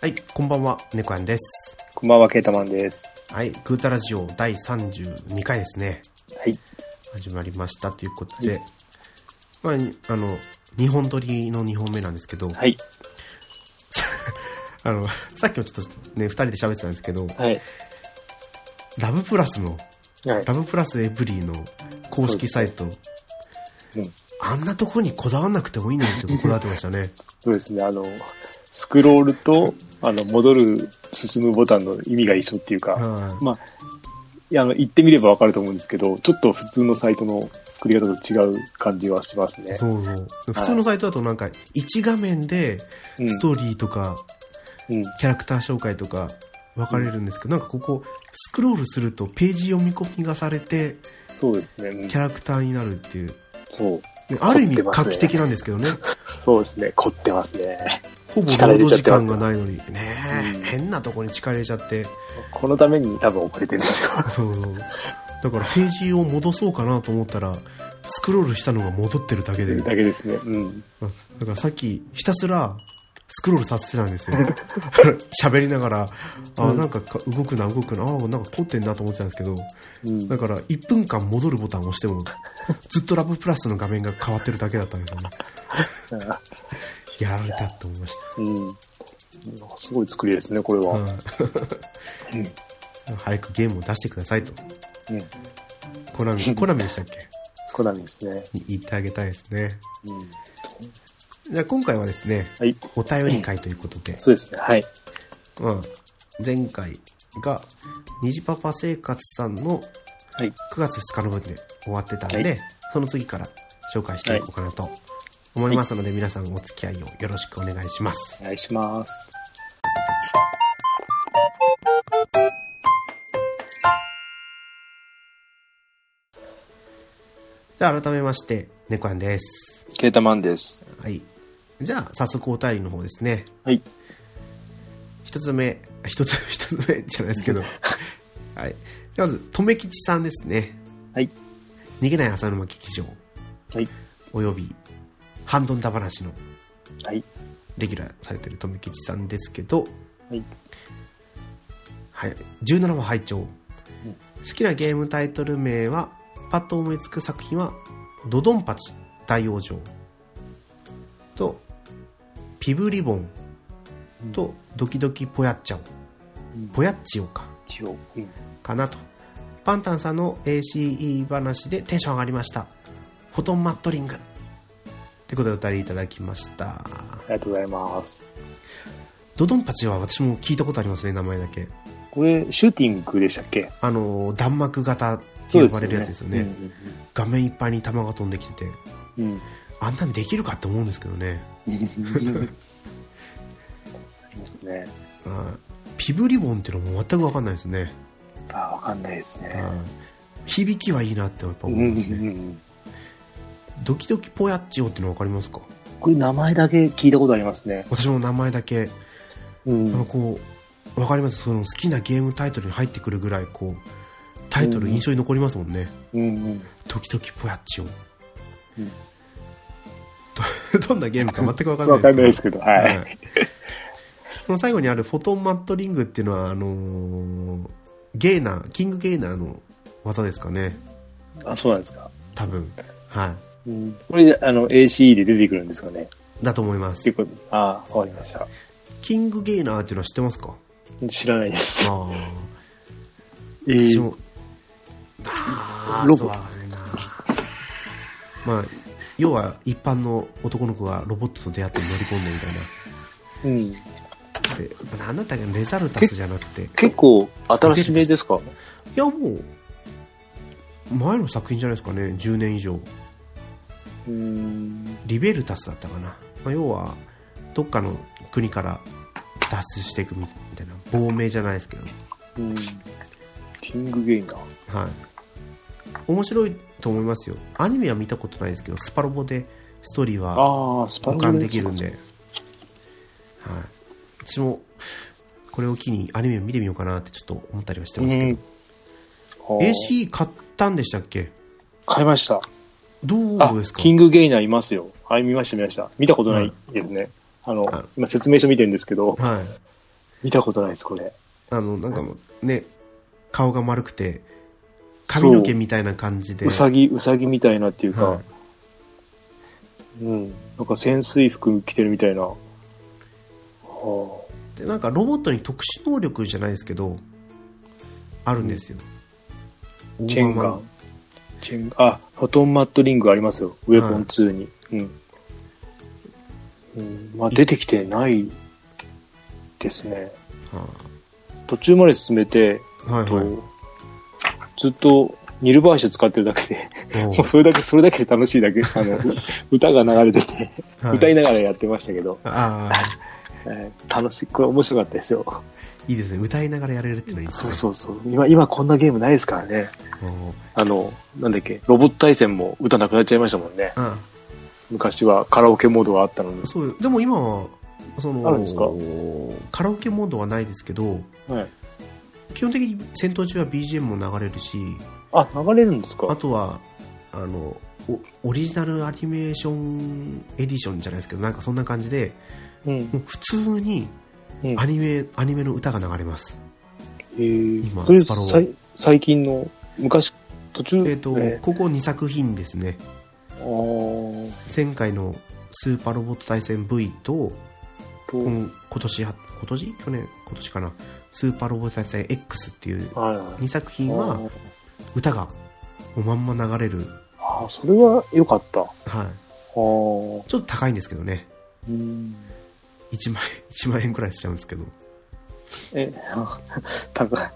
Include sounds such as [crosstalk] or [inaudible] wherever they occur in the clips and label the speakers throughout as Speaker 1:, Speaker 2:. Speaker 1: はい、こんばんは、猫やんです。
Speaker 2: こんばんは、ケータマンです。
Speaker 1: はい、グータラジオ第32回ですね。
Speaker 2: はい。
Speaker 1: 始まりましたということで、まあ、にあの、2本撮りの2本目なんですけど、
Speaker 2: はい。
Speaker 1: あの、 [laughs] さっきもちょっとね、2人で喋ってたんですけど、
Speaker 2: はい。
Speaker 1: ラブプラスの、
Speaker 2: はい
Speaker 1: ラ。ブプラスエブリーの公式サイト、
Speaker 2: うん
Speaker 1: あんなとこにこだわんなくてもいいのにって
Speaker 2: [laughs]
Speaker 1: 僕こだわってましたね。
Speaker 2: そうですね、あの、スクロールと、あの、戻る、進むボタンの意味が一緒っていうか、
Speaker 1: はい
Speaker 2: まあ、いやあの、言ってみればわかると思うんですけど、ちょっと普通のサイトの作り方と違う感じはしますね。
Speaker 1: そうそう。普通のサイトだとなんか、1画面で、
Speaker 2: うん
Speaker 1: ス。トーリーとか、
Speaker 2: うん。
Speaker 1: キャラクター紹介とか分かれるんですけど、なんかここ、スクロールするとページ読み込みがされて、
Speaker 2: そうですね。うん
Speaker 1: キャラクターになるっていう。
Speaker 2: そう。
Speaker 1: ねある意味
Speaker 2: 凝ってます
Speaker 1: 画
Speaker 2: ね
Speaker 1: 期的なんですけどね。
Speaker 2: そうですね、凝ってますね。
Speaker 1: ほぼ
Speaker 2: 力
Speaker 1: 労
Speaker 2: 入れ
Speaker 1: 働
Speaker 2: ちゃっ
Speaker 1: 時
Speaker 2: てます
Speaker 1: 間がないのに。ねえ
Speaker 2: うん
Speaker 1: 変なとこに力入れちゃ
Speaker 2: [laughs]
Speaker 1: って。
Speaker 2: このために多分遅れてるんですよ。
Speaker 1: そうそうだからページを戻そうかなと思ったら、スクロールしたのが戻ってるだけで。
Speaker 2: だけですね。うん。
Speaker 1: うんだからさっき、ひたすら、スクロールさせてたん
Speaker 2: [laughs]
Speaker 1: ですよ。喋りながら、あー、
Speaker 2: うん
Speaker 1: なんかか動くな、動くな、あー、なんか凝ってんなと思ってたんですけど、
Speaker 2: うん
Speaker 1: だ。から1分間戻るボタンを押しても、ずっとラブプラスの画面が変わってるだけだったんですよね。やられたって思いまし
Speaker 2: うん。すごい作りですね、これ
Speaker 1: た。
Speaker 2: は。
Speaker 1: うん [laughs] 早くゲームを出してくださいと。
Speaker 2: うん。
Speaker 1: コナミ、コナミでしたっけ
Speaker 2: コナミですね。
Speaker 1: に言ってあげたいですね。
Speaker 2: うん。
Speaker 1: じゃあ今回はですね、
Speaker 2: はい。
Speaker 1: お便り会ということで、
Speaker 2: そうですね。はい。
Speaker 1: まあ、前回が、虹パパ生活さんの
Speaker 2: はい。
Speaker 1: 9月2日の分で終わってたんで、
Speaker 2: はい
Speaker 1: その次から紹介していこうかなと思いますので、皆さんお付き合いをよろしくお願いします。
Speaker 2: お願いします。
Speaker 1: じゃあ改めまして、猫やんです。
Speaker 2: ケータマンです。
Speaker 1: はい。じゃあ早速お便りの方ですね。
Speaker 2: はい。
Speaker 1: 一つ目、あ一つ、 [laughs] 一つ目じゃないですけ
Speaker 2: [laughs]
Speaker 1: ど。はい。まず、とめきちさんですね。
Speaker 2: はい。
Speaker 1: 逃げない浅沼劇場。
Speaker 2: はい。
Speaker 1: および、ハンドンダ話の
Speaker 2: はい。
Speaker 1: レギュラーされてるとめきちさんですけど、
Speaker 2: はい。
Speaker 1: はい、17話拝聴、好きなゲームタイトル名はパッと思いつく作品は「ドドンパチ大往生」と「ピブリボン」と「ドキドキポヤッチャオ」ポヤッチオか
Speaker 2: 一応。うん。
Speaker 1: かなとパンタンさんの ACE 話でテンション上がりましたフォトンマットリングってことでお便りいただきました
Speaker 2: ありがとうございます。
Speaker 1: ドドンパチは私も聞いたことありますね名前だけ
Speaker 2: これ、シューティングでしたっけ
Speaker 1: あの弾幕型って呼ばれるやつですよね画面いっぱいに弾が飛んできてて
Speaker 2: うんうんうん。
Speaker 1: あんなんできるかって思うんですけどね
Speaker 2: うん。ありますね。
Speaker 1: あーピブリボンっていうのも全く分かんないですね
Speaker 2: あ、わかんないですね。
Speaker 1: あー響きはいいなってやっぱ
Speaker 2: う
Speaker 1: 思
Speaker 2: ん
Speaker 1: い
Speaker 2: うん
Speaker 1: ま
Speaker 2: う
Speaker 1: すね
Speaker 2: ん。
Speaker 1: ドキドキポヤッチオっていうの分かりますか
Speaker 2: これ名前だけ聞いたことありますね。
Speaker 1: 私も名前だけあ
Speaker 2: う
Speaker 1: の
Speaker 2: ん。
Speaker 1: こう分かりますその好きなゲームタイトルに入ってくるぐらいこうタイトル印象に残りますもんね
Speaker 2: うんうん。
Speaker 1: ドキドキポヤッチオ [laughs]
Speaker 2: うん
Speaker 1: どどんなゲームか全く分かんない
Speaker 2: わかんない
Speaker 1: で
Speaker 2: ですすけど、はい。
Speaker 1: [laughs] この最後にあるフォトンマットリングっていうのは、あのーゲーナー、キングゲーナーの技ですかね。
Speaker 2: あ、そうなんですか。
Speaker 1: 多分。は
Speaker 2: うん。これ、あの、ACE で出てくるんですかね。
Speaker 1: い。だと思いま
Speaker 2: っ
Speaker 1: す
Speaker 2: て。いうこと。ああ、わかりました。
Speaker 1: キングゲーナーっていうのは知ってますか
Speaker 2: 知らないです。
Speaker 1: ああ。
Speaker 2: え
Speaker 1: 私
Speaker 2: ー
Speaker 1: も。ああ、
Speaker 2: ロ
Speaker 1: そ
Speaker 2: ボ
Speaker 1: うだねな。まあ、要は一般の男の子がロボットと出会って乗り込んでみたいな。
Speaker 2: うん。
Speaker 1: で、なんだったっけレザルタスじゃなくて。い
Speaker 2: 結構新しめですか
Speaker 1: や、もう、前の作品じゃないですかね。10年以上。
Speaker 2: うん。
Speaker 1: リベルタスだったかな、まあ、要はどっかの国から脱出していくみたいな亡命じゃないですけど、
Speaker 2: うん。キングゲイナー。
Speaker 1: はい、面白いと思いますよアニメは見たことないですけどスパロボでストーリーは
Speaker 2: ああ、スパ
Speaker 1: 保
Speaker 2: ル
Speaker 1: 管できるんで、はい、私もこれを機にアニメを見てみようかなってちょっと思ったりはして
Speaker 2: う
Speaker 1: ますけ
Speaker 2: ん
Speaker 1: ど、。
Speaker 2: あー
Speaker 1: AC 買ったんでしたっけ
Speaker 2: 買いました。
Speaker 1: ど
Speaker 2: あ
Speaker 1: うです、か
Speaker 2: キングゲイナーいますよ。はい、見ました、見ました。見たことないですね。あ
Speaker 1: はい
Speaker 2: の、今説明書見てるんですけど、
Speaker 1: はい、
Speaker 2: 見たことないです、これ。
Speaker 1: あの、なんかもうね、顔が丸くて、髪の毛みたいな感じで。
Speaker 2: うさぎ、うさぎみたいなっていうか、
Speaker 1: はい
Speaker 2: うん。なんか潜水服着てるみたいな。は
Speaker 1: でなんかロボットに特殊能力じゃないですけど、あるんですよ。
Speaker 2: あ、チェンガン。チェンあ、フォトンマットリングありますよ。ウェポン2に。うん。うん、まあ、出てきてないですね。
Speaker 1: は
Speaker 2: 途中まで進めて、
Speaker 1: あはい
Speaker 2: と
Speaker 1: はい。
Speaker 2: ずっとニルバーシュ使ってるだけで、
Speaker 1: おう
Speaker 2: もうそれだけ、それだけで楽しいだけ、あの、
Speaker 1: [laughs]
Speaker 2: 歌が流れてて、
Speaker 1: はい
Speaker 2: 歌いながらやってましたけど、
Speaker 1: ああ、
Speaker 2: えー楽しい、これ面白かったですよ。
Speaker 1: いいですね。歌いながらやれるってのはいいです
Speaker 2: そう
Speaker 1: ね。
Speaker 2: そうそう。今、今こんなゲームないですからね。
Speaker 1: おう
Speaker 2: あの、なんだっけ、ロボット対戦も歌なくなっちゃいましたもんね。
Speaker 1: あ
Speaker 2: 昔はカラオケモードがあったのに
Speaker 1: あ。そうよでも今は、その
Speaker 2: あるんですか
Speaker 1: カラオケモードはないですけど、
Speaker 2: はい。
Speaker 1: 基本的に戦闘中は BGM も流れるし、
Speaker 2: あ、流れるんですか
Speaker 1: あとは、あの、おオリジナルアニメーションエディションじゃないですけど、なんかそんな感じで、
Speaker 2: うん。
Speaker 1: もう普通に
Speaker 2: うん
Speaker 1: アニメ、アニメの歌が流れます。
Speaker 2: えー、
Speaker 1: 今
Speaker 2: それ
Speaker 1: スパロー
Speaker 2: さい最近の、昔、途中、
Speaker 1: えっ、と、
Speaker 2: え
Speaker 1: ここ2作品ですね。
Speaker 2: ー、あー
Speaker 1: 前回のスーパーロボット対戦 V と、
Speaker 2: と、
Speaker 1: 今今年は、今年去年今年かな。スーパーロボット対戦 X っていう
Speaker 2: はいはい
Speaker 1: 2作品は
Speaker 2: あー
Speaker 1: 歌がもうまんま流れる。
Speaker 2: あー、それは良かった。あ
Speaker 1: はい。
Speaker 2: あ、
Speaker 1: ちょっと高いんですけどね。
Speaker 2: うん。
Speaker 1: 1万円、1万円 [laughs] くらいしちゃうんですけど。
Speaker 2: え、 [laughs] 高い。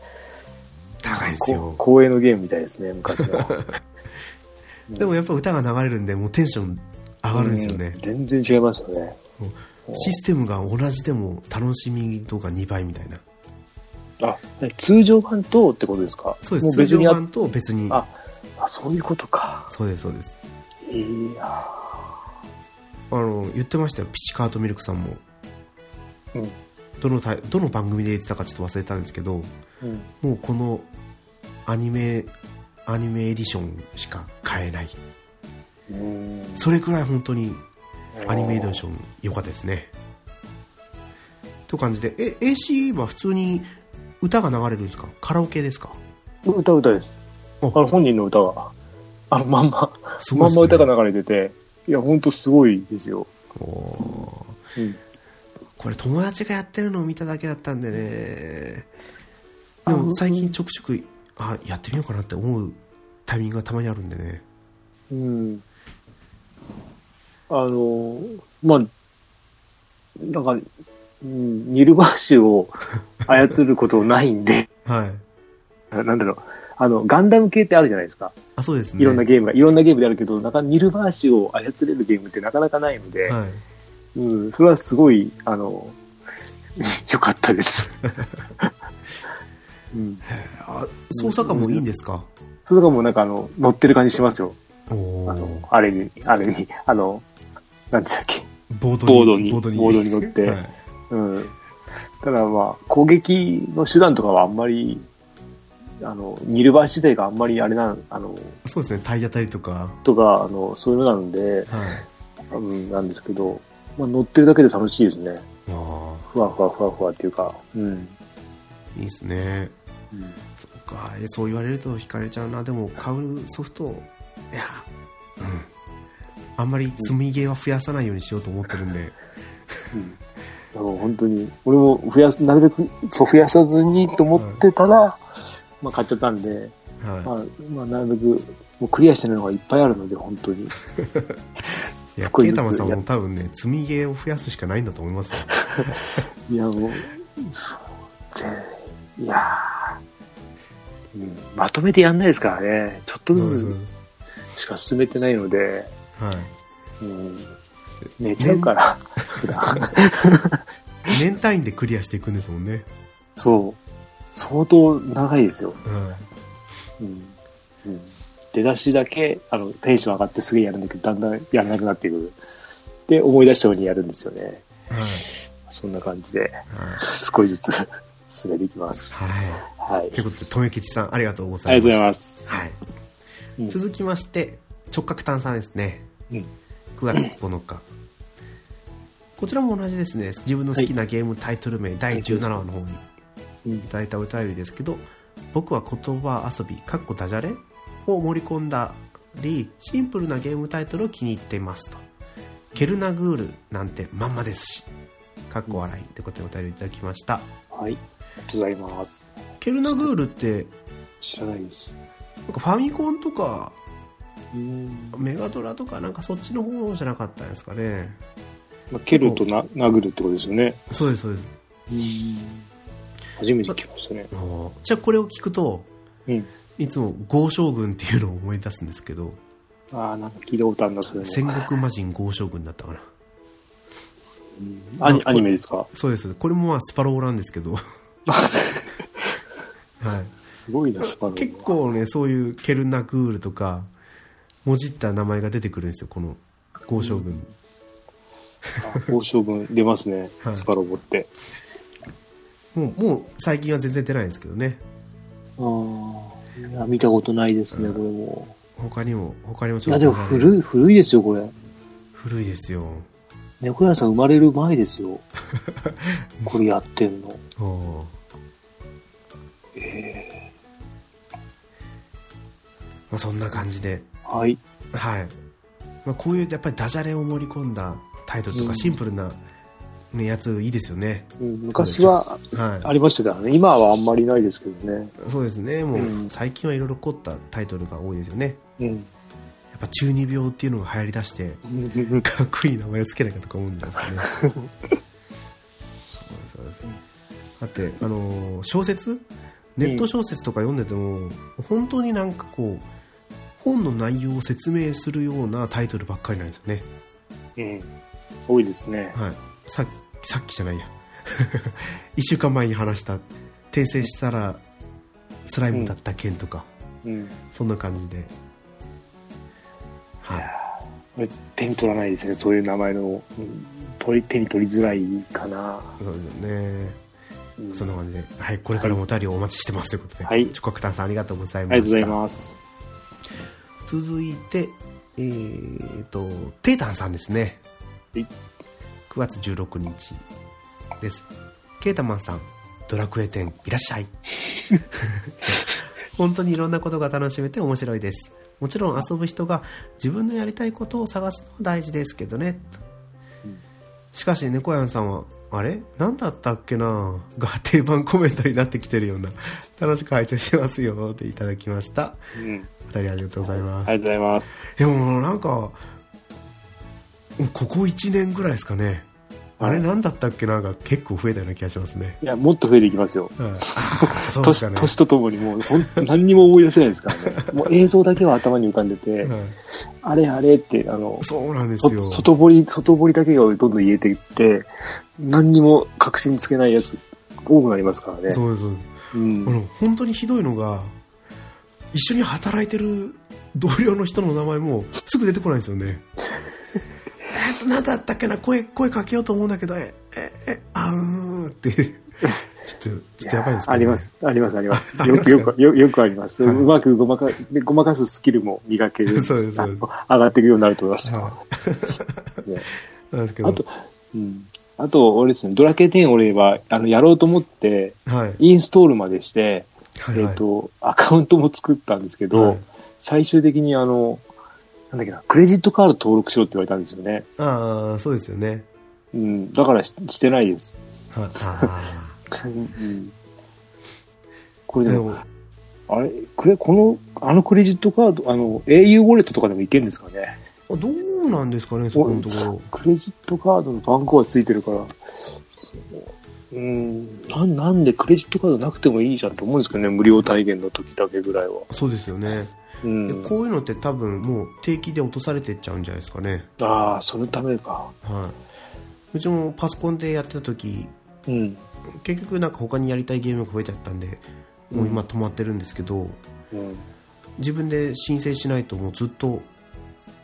Speaker 1: 高いです
Speaker 2: こ
Speaker 1: よ。
Speaker 2: 光栄のゲームみたいですね、昔の。
Speaker 1: [laughs] でもやっぱ歌が流れるんで、もうテンション上がるんですよね
Speaker 2: うん。全然違いますよね
Speaker 1: うん。システムが同じでも楽しみ度が2倍みたいな。
Speaker 2: あ、え通常版とってことですか
Speaker 1: そうで
Speaker 2: も
Speaker 1: す。
Speaker 2: う
Speaker 1: 通
Speaker 2: 別
Speaker 1: 常
Speaker 2: にあ
Speaker 1: 版と別に。
Speaker 2: ああ、そういうことか。
Speaker 1: そうです、そうです。
Speaker 2: いや
Speaker 1: あの、言ってましたよ。ピチカートミルクさんも。
Speaker 2: うん
Speaker 1: どのタイ、どの番組で言ってたかちょっと忘れたんですけど、
Speaker 2: ーうん。
Speaker 1: もうこのアニメ、アニメエディションしか買えない。
Speaker 2: うん
Speaker 1: それくらい本当にアニメエディション良かったですね。と感じで、え、AC は普通に歌が流れるんですかカラオケですか
Speaker 2: 歌歌です。あ
Speaker 1: お
Speaker 2: の本人の歌が、あのまんま、
Speaker 1: すごいで
Speaker 2: まん
Speaker 1: すね
Speaker 2: ま歌が流れてて、いや、ほんとすごいですよ。
Speaker 1: おー
Speaker 2: うん。
Speaker 1: これ友達がやってるのを見ただけだったんでね。
Speaker 2: あ
Speaker 1: でも最近ちょくちょく、あ、やってみようかなって思うタイミングがたまにあるんでね。
Speaker 2: うん。あの、まあ、なんか、うんニルバーシュを操ることないんで、 [laughs]
Speaker 1: はい。
Speaker 2: なんだろう、あの、ガンダム系ってあるじゃないですか。
Speaker 1: あ、そうですね。
Speaker 2: いろんなゲームが、いろんなゲームであるけど、なかニルバーシュを操れるゲームってなかなかないので、
Speaker 1: はい。
Speaker 2: うん、それはすごい、あの、 [laughs] 良かったです。うん。
Speaker 1: へーあ、操作感もいいんですか
Speaker 2: それとかもうなんかあの、乗ってる感じしますよ。
Speaker 1: お
Speaker 2: あ
Speaker 1: お
Speaker 2: の、あれに、あれに、あの、なんでしたっけ。
Speaker 1: ボード
Speaker 2: ボードに
Speaker 1: ボードに。
Speaker 2: ボードに乗って
Speaker 1: はい
Speaker 2: うん。ただまあ、攻撃の手段とかはあんまり、あの、ニルバー自体があんまりあれなん、あの、
Speaker 1: そうですね、体当たりとか。
Speaker 2: とか、あの、そういうのなんで、
Speaker 1: はい。
Speaker 2: うん、なんですけど、まあ、乗ってるだけで楽しいですね。
Speaker 1: あ
Speaker 2: ふわふわふわふわっていうか、うん。
Speaker 1: あ、いいですね。そうか、えそう言われると惹かれちゃうな。でも、買うソフト、いや、うん。あんまり積みゲーは増やさないようにしようと思ってるんで。
Speaker 2: うん。でも本当に、俺も増やす、なるべく、そう増やさずにと思ってたら、まあ買っちゃったんで、
Speaker 1: [laughs] は
Speaker 2: まあ、まあ、なるべく、もうクリアしてないのがいっぱいあるので、本
Speaker 1: [laughs]
Speaker 2: 当に。
Speaker 1: い。いや、
Speaker 2: 少
Speaker 1: ケ
Speaker 2: し
Speaker 1: イ
Speaker 2: ずつ
Speaker 1: タマさん
Speaker 2: やっ
Speaker 1: も多分ね、積みゲーを増やすしかないんだと思いますよ。
Speaker 2: いや、もう、そう、全いやーうん、まとめてやんないですからね。ちょっとず
Speaker 1: うん
Speaker 2: つしか進めてないので、
Speaker 1: はい。
Speaker 2: うん、寝ちゃうから、普段。
Speaker 1: 年単位でクリアしていくんですもんね。
Speaker 2: そう。相当長いですよ。
Speaker 1: うん。
Speaker 2: うん。うん、出だしだけ、あの、テンション上がってすげえやるんだけど、だんだんやらなくなっていく。で、思い出したようにやるんですよね。
Speaker 1: はい。
Speaker 2: そんな感じで、
Speaker 1: はい。
Speaker 2: 少しずつ進めていきます。
Speaker 1: は
Speaker 2: はい。あ
Speaker 1: い。ということで、とめきちさん、ありがとうござ
Speaker 2: り
Speaker 1: い
Speaker 2: がとうご
Speaker 1: ま
Speaker 2: ざい
Speaker 1: す。
Speaker 2: ます。
Speaker 1: はい。
Speaker 2: うん
Speaker 1: 続きまして、直角炭酸ですね。
Speaker 2: うん
Speaker 1: 9月9日。こちらも同じですね自分の好きなゲームタイトル名、第17話の方に
Speaker 2: うん
Speaker 1: いただいたお便りですけど僕は言葉遊びかっこダジャレを盛り込んだりシンプルなゲームタイトルを気に入っていますとケルナグールなんてまんまですしかっこ笑いってことでお便りいただきました
Speaker 2: はい。ありがとうございます。
Speaker 1: ケルナグールって
Speaker 2: 知らないです。
Speaker 1: なんかファミコンとか
Speaker 2: うん。
Speaker 1: メガドラとかなんかそっちの方じゃなかったんですかね
Speaker 2: まあ、蹴るとな殴るってことですよね。
Speaker 1: そうですそうです
Speaker 2: うん。初めて聞きましたね。
Speaker 1: おーじゃあこれを聞くと
Speaker 2: うん。
Speaker 1: いつも豪将軍っていうのを思い出すんですけど
Speaker 2: ああ、なんか聞いたことあるな、それも。
Speaker 1: 戦国魔人豪将軍だったかな
Speaker 2: うんアニアニメですか
Speaker 1: そうですこれもまあスパローなんですけ
Speaker 2: [laughs]
Speaker 1: ど、はい、
Speaker 2: すごいな、スパロボ
Speaker 1: 結。構ねそういうケルナグールとかもじった名前が出てくるんですよこの豪将軍、
Speaker 2: 報奨文出ますね、
Speaker 1: はい
Speaker 2: スパロボって。
Speaker 1: もうもう最近は全然出ないんですけどね
Speaker 2: ああ。いや、見たことないですね、これも。
Speaker 1: 他にも他にも
Speaker 2: いや、
Speaker 1: と
Speaker 2: でも古い、古いですよ、これ。
Speaker 1: 古いですよ
Speaker 2: 猫屋さん生まれる前ですよ。これやってんの。
Speaker 1: おー
Speaker 2: え
Speaker 1: まあ、そんな感じで
Speaker 2: えはい。
Speaker 1: はい、まあ、こういうやっぱりダジャレを盛り込んだタイトルと
Speaker 2: う
Speaker 1: か
Speaker 2: ん
Speaker 1: シンプルな、ね、やついいですよね
Speaker 2: うん昔は
Speaker 1: はい
Speaker 2: ありましたからね。今はあんまりないですけどね。
Speaker 1: そうですねもう
Speaker 2: うん
Speaker 1: 最近はいろいろ凝ったタイトルが多いですよね
Speaker 2: うん。
Speaker 1: やっぱ中二病っていうのが流行りだしてかっこいい名前をつけなきゃとか思うんですかねそう
Speaker 2: [laughs]
Speaker 1: ですそうですだってあのー小説ネット小説とか読んでても、本当になんかこう本の内容を説明するようなタイトルばっかりなんですよね、
Speaker 2: うん。多いですね。
Speaker 1: はい、ささっきじゃないや1週間前に話した転生したらスライムだった件とか、
Speaker 2: うん。
Speaker 1: そんな感じではい
Speaker 2: これ手に取らないですね。そういう名前の。うん取り手に取りづらいかな。
Speaker 1: そうですよね
Speaker 2: うん
Speaker 1: そんな感じで、はい、これからもお便りをお待ちしてますということで、
Speaker 2: はい
Speaker 1: チョコクタンさんありがとうござい
Speaker 2: あ
Speaker 1: ま
Speaker 2: りがとうご
Speaker 1: し
Speaker 2: ざい
Speaker 1: た。
Speaker 2: ます。
Speaker 1: 続いて、えー、と、テータンさんですね。
Speaker 2: はい
Speaker 1: 9月16日です。ケータマンさん、ドラクエ展いらっしゃ
Speaker 2: [laughs]
Speaker 1: い。本当にいろんなことが楽しめて面白いです。もちろん遊ぶ人が自分のやりたいことを探すのは大事ですけどね。
Speaker 2: うん
Speaker 1: しかし、猫やんさんは、あれ何だったっけなが定番コメントになってきてるような、楽しく拝聴してますよっていただきました。
Speaker 2: うん。
Speaker 1: お二人ありがとうございます
Speaker 2: あ。りがとうございます。
Speaker 1: でもなんかここ1年ぐらいですかねあれなんだったっけなんか結構増えたような気がしますね、
Speaker 2: いや、もっと増えていきますよ。
Speaker 1: はい、そうで
Speaker 2: 年
Speaker 1: すかね
Speaker 2: 年とともにもうほん何にも思い出せないで
Speaker 1: [laughs]
Speaker 2: すからね。もう映像だけは頭に浮かんでて、
Speaker 1: はい
Speaker 2: あれあれって、あの、
Speaker 1: そうなんです
Speaker 2: そ
Speaker 1: よ
Speaker 2: 外堀、外堀だけがどんどん言えていって、何にも確信つけないやつ多くなりますからね。
Speaker 1: そうですそうです
Speaker 2: うん
Speaker 1: あの本当にひどいのが一緒に働いてる同僚の人の名前もすぐ出てこないんですよ
Speaker 2: [laughs]
Speaker 1: ねえっと何だったっけな声声かけようと思うんだけどえええあうーんって
Speaker 2: [laughs]
Speaker 1: ちょっとちょっとやばいんですけどね、
Speaker 2: あります、あります、あります。
Speaker 1: あ
Speaker 2: よく、
Speaker 1: あり
Speaker 2: よ
Speaker 1: ます
Speaker 2: く、よよくあります。
Speaker 1: はいう。
Speaker 2: まくごまか、でごまかすスキルも磨け
Speaker 1: [laughs] [laughs]
Speaker 2: る
Speaker 1: そうですそうです
Speaker 2: あ上がっていくようになると思います。
Speaker 1: はい [laughs]
Speaker 2: [laughs] ね
Speaker 1: なんですけど
Speaker 2: あと、うん。あと、俺ですね、ドラケ10俺は、あの、やろうと思って、
Speaker 1: はい
Speaker 2: インストールまでして、
Speaker 1: はいはい
Speaker 2: えっ、と、アカウントも作ったんですけど、
Speaker 1: はい
Speaker 2: 最終的にあの、なんだっけな、クレジットカード登録しろって言われたんですよね。
Speaker 1: ああそうですよね
Speaker 2: うん、だからししてないです。
Speaker 1: [laughs] はいあ
Speaker 2: うん、これ
Speaker 1: ー
Speaker 2: で
Speaker 1: で
Speaker 2: も、
Speaker 1: も
Speaker 2: あれ、これ、この、あのクレジットカード、あの、au ウォレットとかでもいけんですかね。
Speaker 1: あどうなんですかね、そこのとこ
Speaker 2: クレジットカードの番号がついてるから、そううん、なんなんでクレジットカードなくてもいいじゃんと思うんですけどね、無料体験の時だけぐらいは。
Speaker 1: ろ。そうですよね、
Speaker 2: う
Speaker 1: で
Speaker 2: ん、
Speaker 1: こういうのって多分もう定期で落とされてっちゃうんじゃないですかね。
Speaker 2: ああ、そのためか。
Speaker 1: はい。うちもパソコンでやってた時、
Speaker 2: うん。
Speaker 1: 結局なんか他にやりたいゲームが増えちゃったんで、もう今止まってるんですけど、
Speaker 2: うん
Speaker 1: 自分で申請しないともうずっと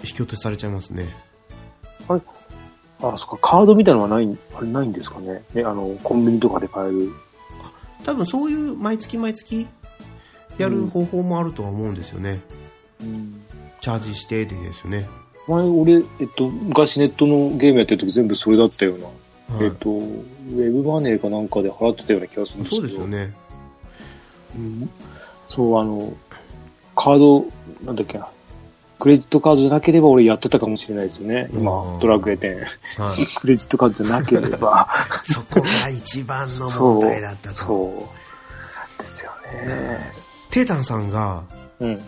Speaker 1: 引き落としされちゃいますね。
Speaker 2: あ、そっか、カードみたいなのはない、あれないんですかね。ね、あの、コンビニとかで買える。
Speaker 1: 多分そういう毎月毎月やる方法もあるとは思うんですよね。チャージしてでですよね。
Speaker 2: あ前俺、えっと、昔ネットのゲームやってる時全部それだったような。
Speaker 1: はい
Speaker 2: えっと、ウェブマネーかなんかで払ってたような気がするんですけ
Speaker 1: そう
Speaker 2: ど。
Speaker 1: ですよね。
Speaker 2: うんそう、あの、カード、なんだっけな。クレジットカードじゃなければ俺やってたかもしれないですよね。
Speaker 1: う
Speaker 2: 今
Speaker 1: ん、
Speaker 2: ドラクエ10。
Speaker 1: はい、
Speaker 2: [laughs] クレジットカードじゃなければ。
Speaker 1: [laughs] そこが一番の
Speaker 2: そ
Speaker 1: 問
Speaker 2: う
Speaker 1: 題だったと。
Speaker 2: そう。ですよね。
Speaker 1: テータンさんが、
Speaker 2: うん。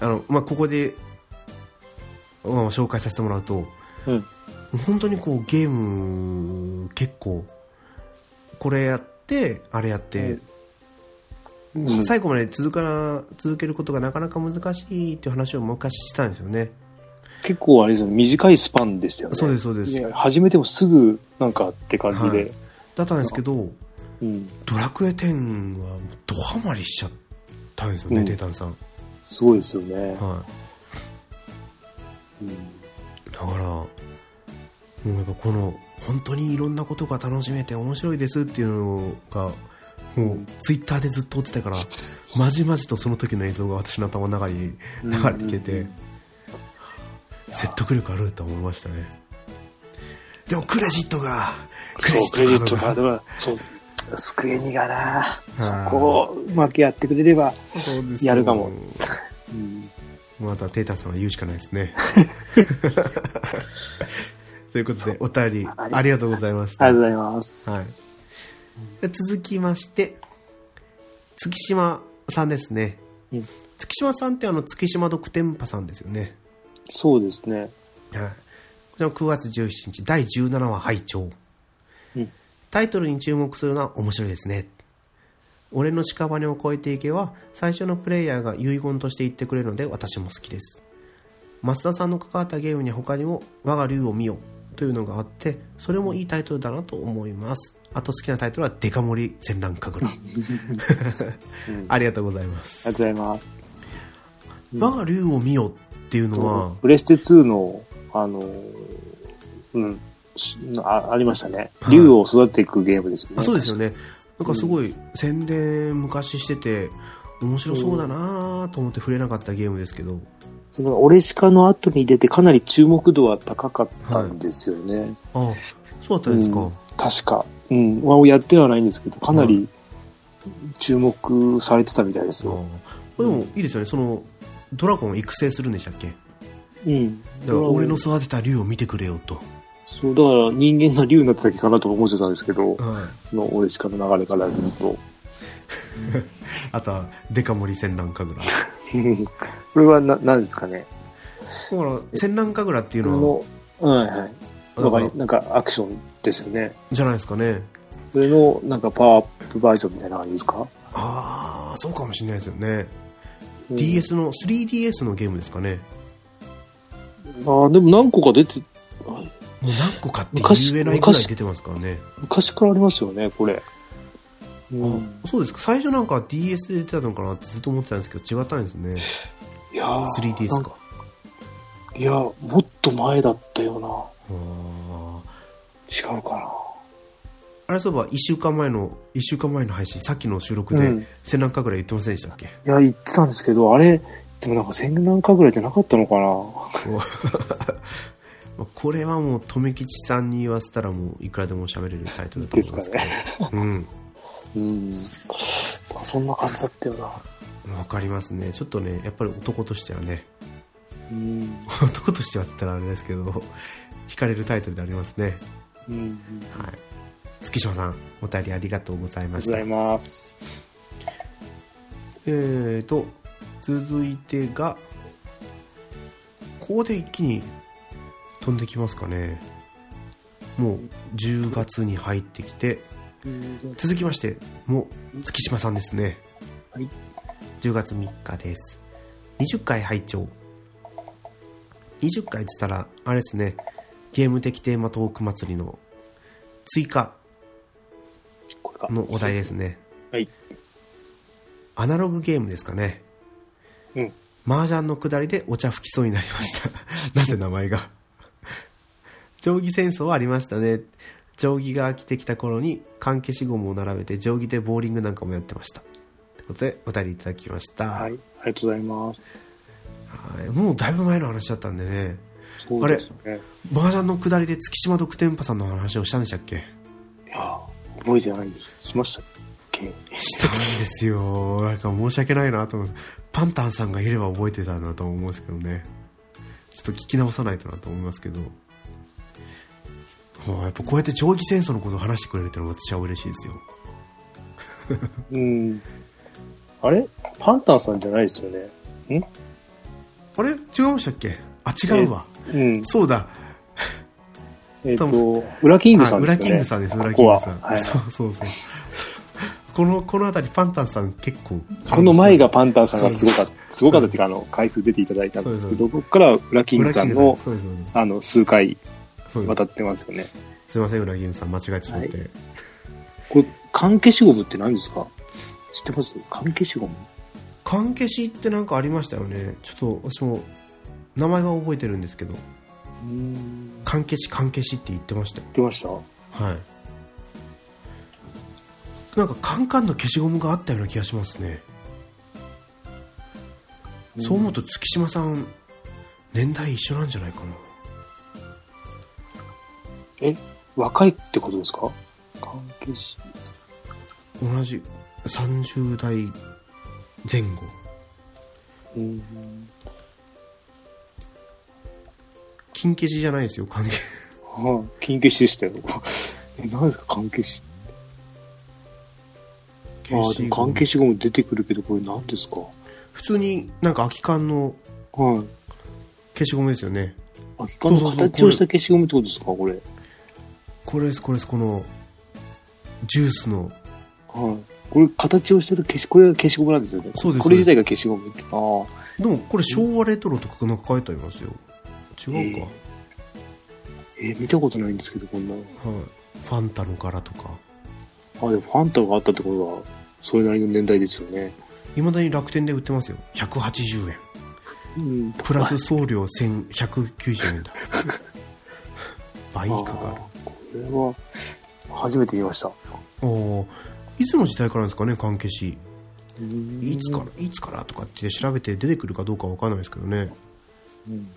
Speaker 1: あの、まあ、ここで、まあ、紹介させてもらうと、
Speaker 2: うん。
Speaker 1: 本当にこうゲーム結構これやってあれやって、
Speaker 2: うん
Speaker 1: 最後まで続かな続けることがなかなか難しいっていう話を昔したんですよね
Speaker 2: 結構あれですよね、短いスパンでしたよね。
Speaker 1: そうですそうです
Speaker 2: ね始めてもすぐなんかって感じで。
Speaker 1: はいだったんですけど
Speaker 2: うん。
Speaker 1: 「ドラクエ10」はもうドハマりしちゃったんですよ
Speaker 2: う
Speaker 1: ね
Speaker 2: ん
Speaker 1: テータンさん、
Speaker 2: すごいですよね。
Speaker 1: はい、
Speaker 2: うん
Speaker 1: だからもうやっぱこの本当にいろんなことが楽しめて面白いですっていうのがもうツイッターでずっと追ってたからまじまじとその時の映像が私の頭の中に流れてて、説得力あると思いましたねでもクレジットがクレ
Speaker 2: そう、
Speaker 1: ジ
Speaker 2: クレジッ
Speaker 1: ッ
Speaker 2: ト
Speaker 1: ト
Speaker 2: カ
Speaker 1: カ
Speaker 2: ー
Speaker 1: ー
Speaker 2: ド
Speaker 1: ド
Speaker 2: が、そう、机にがな、そこをうまくやってくれれば、
Speaker 1: がそうです
Speaker 2: やるかも
Speaker 1: またテータさんは言うしかないです
Speaker 2: [laughs]
Speaker 1: ねということでお便りありがとうございました
Speaker 2: ありがとうございます。
Speaker 1: はい、で続きまして月島さんですね、
Speaker 2: うん
Speaker 1: 月島さんってあの月島独天パさんですよね
Speaker 2: そうですね。
Speaker 1: はい。こちらも9月17日、第17話拝聴、
Speaker 2: うん
Speaker 1: タイトルに注目するのは面白いですね。俺の屍を越えていけは、最初のプレイヤーが遺言として言ってくれるので私も好きです。増田さんの関わったゲームに他にも、我が竜を見よというのがあって、それもいいタイトルだなと思います。あと好きなタイトルは、デカ盛り戦乱神楽。
Speaker 2: うん
Speaker 1: [laughs]
Speaker 2: あ
Speaker 1: ありがとうございます。
Speaker 2: りがとうございます。うん
Speaker 1: 我が竜を見よっていうのは、
Speaker 2: プレステ2の、あのー、うん、しあありましたね。
Speaker 1: はい
Speaker 2: 竜を育てていくゲームですよね。
Speaker 1: あそうですよねなんかすごい宣伝昔してて面白そうだなぁと思って触れなかったゲームですけど、
Speaker 2: その、オレシカの後に出てかなり注目度は高かったんですよね。
Speaker 1: あそうだったんですか、
Speaker 2: うん確か。うん。まあ、やってはないんですけど、かなり注目されてたみたいです
Speaker 1: そう
Speaker 2: よ。
Speaker 1: でもいいですよねそのドラゴンを育成するんでしたっけ
Speaker 2: うん。
Speaker 1: だから俺の育てた竜を見てくれよと、
Speaker 2: そう、だから人間の竜になった時かなと思ってたんですけど、そのオレシカの流れから見ると。
Speaker 1: [laughs]
Speaker 2: [laughs]
Speaker 1: あとはデカ盛り戦乱神楽だ
Speaker 2: これはな、なんですかね。
Speaker 1: から戦乱神楽っていう
Speaker 2: こ
Speaker 1: のは
Speaker 2: の、はいはい。
Speaker 1: だ
Speaker 2: な
Speaker 1: か
Speaker 2: んからなんかアクションですよね。
Speaker 1: じゃないですかね
Speaker 2: これの、なんかパワーアップバージョンみたいな感じですか、
Speaker 1: ああそうかもしれないですよね、
Speaker 2: うん
Speaker 1: DS の 3DS のゲームですかね
Speaker 2: ああ、でも何個か出て、
Speaker 1: もう何個かって
Speaker 2: 昔
Speaker 1: 言えないぐらい出てますからね
Speaker 2: 昔からありますよね、これ。うん
Speaker 1: あそうですか最初なんか DS で出てたのかなってずっと思ってたんですけど違ったんですね
Speaker 2: いやー
Speaker 1: 3D です
Speaker 2: なん
Speaker 1: か
Speaker 2: いや、もっと前だったよな。
Speaker 1: あー
Speaker 2: 違うか
Speaker 1: あれそういえば1週間前の1週間前の配信さっきの収録
Speaker 2: な。うん。
Speaker 1: で
Speaker 2: い
Speaker 1: 千何回ぐらい言ってませんでしたっけ、
Speaker 2: や、言ってたんですけど、あれ、でもなんか千何回ぐらいじゃなかったのかな。
Speaker 1: [laughs] まあこれはもう留吉さんに言わせたらもういくらでも喋れるタイトルだと思いますけどうん
Speaker 2: うん。そんな感じだったよな。
Speaker 1: わかりますねちょっとねやっぱり男としてはね
Speaker 2: うん。
Speaker 1: 男としてはって言ったらあれですけど惹かれるタイトルでありますね
Speaker 2: うん。
Speaker 1: はい月島さんお便りありがとうござい
Speaker 2: ありが
Speaker 1: ました
Speaker 2: とうございます。
Speaker 1: えーと、続いてが、ここで一気に飛んできますかね。もう10月に入ってきて、続きまして、もう月島さんですね。
Speaker 2: はい。
Speaker 1: 10月3日です。20回拝聴。20回って言ったら、あれですね、ゲーム的テーマトーク祭りの追加
Speaker 2: これか。
Speaker 1: のお題ですね。
Speaker 2: はい。
Speaker 1: アナログゲームですかね。
Speaker 2: うん。
Speaker 1: 麻雀の下りでお茶吹きそうになりました。 [laughs] なぜ名前が。 [laughs] 定規戦争はありましたね。定規が飽きてきた頃に関係しゴムを並べて定規でボーリングなんかもやってました。ということでお便りいただきました。
Speaker 2: はい。ありがとうございます。
Speaker 1: はいもうだいぶ前の話だったんでね。
Speaker 2: そうですね。
Speaker 1: 麻雀の下りで月島独天パさんの話をしたんでしたっけ
Speaker 2: いや、覚えてないです。しましたっけ
Speaker 1: したんですよ。なんか申し訳ないなと思う。パンタンさんがいれば覚えてたなと思うんですけどね。ちょっと聞き直さないとなと思いますけど。はあやっぱこうやって長期戦争のことを話してくれるってのは私は嬉しいですよ。
Speaker 2: うん。あれパンタンさんじゃないですよね。
Speaker 1: あれ違いましたっけあ、違うわ。
Speaker 2: うん。
Speaker 1: そうだ。
Speaker 2: えっ、
Speaker 1: 多
Speaker 2: と、ウラキングさんです
Speaker 1: 裏
Speaker 2: よね。
Speaker 1: キングさんです、裏キン
Speaker 2: ここ
Speaker 1: グ
Speaker 2: は
Speaker 1: さん。
Speaker 2: はい
Speaker 1: そうそうそう。この、このあたり、パンタンさん結構。
Speaker 2: この前がパンタンさんがすごかった、すごかったっていうか、あの、回数出ていただいたんですけど、ここからウラキングさん
Speaker 1: 裏
Speaker 2: の
Speaker 1: キ、ングさんそうです
Speaker 2: あの、数回
Speaker 1: そうです。
Speaker 2: 渡ってますよね。
Speaker 1: すいません、裏キングさん、間違えてしまって。
Speaker 2: これ、関係しゴムって何ですか知ってます関係しゴム
Speaker 1: 関係しってなんかありましたよね。ちょっと、私も、名前は覚えてるんですけど、
Speaker 2: うん。
Speaker 1: 関係し、関係しって言ってましたよ
Speaker 2: 知ってました
Speaker 1: はい。なんか、カンカンの消しゴムがあったような気がしますね。そう思うと、月島さん、年代一緒なんじゃないかな。
Speaker 2: 若いってことですか関係し。
Speaker 1: 同じ30代前後
Speaker 2: うん。
Speaker 1: 金消しじゃないですよ関係
Speaker 2: はい、金消しでしたよ。 [laughs] え、何ですか関係し。ああ、でも関係しゴム出てくるけど、これ何ですか
Speaker 1: 普通になんか空き缶の
Speaker 2: はい。
Speaker 1: 消しゴムですよね
Speaker 2: 空き缶の形をした消しゴムってことですかこれ。
Speaker 1: これですこれですこのジュースの
Speaker 2: はい。これ、形をしてる消し、これが消しゴムなんですよね。
Speaker 1: そうです
Speaker 2: これ自体が消しゴムって。あ
Speaker 1: でもこれ昭和レトロとかなんか書いてありますよ違うか、
Speaker 2: あ。えー見たことないんですけど、こんなの。
Speaker 1: はい、ファンタの柄とか
Speaker 2: あ、でもファンタがあったってことは、それなりの年代ですよね。
Speaker 1: いまだに楽天で売ってますよ180円
Speaker 2: うん。
Speaker 1: プラス送料1190円だ倍
Speaker 2: あ
Speaker 1: か
Speaker 2: あ
Speaker 1: かる
Speaker 2: これは、初めて見ました。
Speaker 1: おーいつの時代からですかね関係しい
Speaker 2: い
Speaker 1: つから、いつからとかって調べて出てくるかどうかわかんないですけどね。
Speaker 2: うん。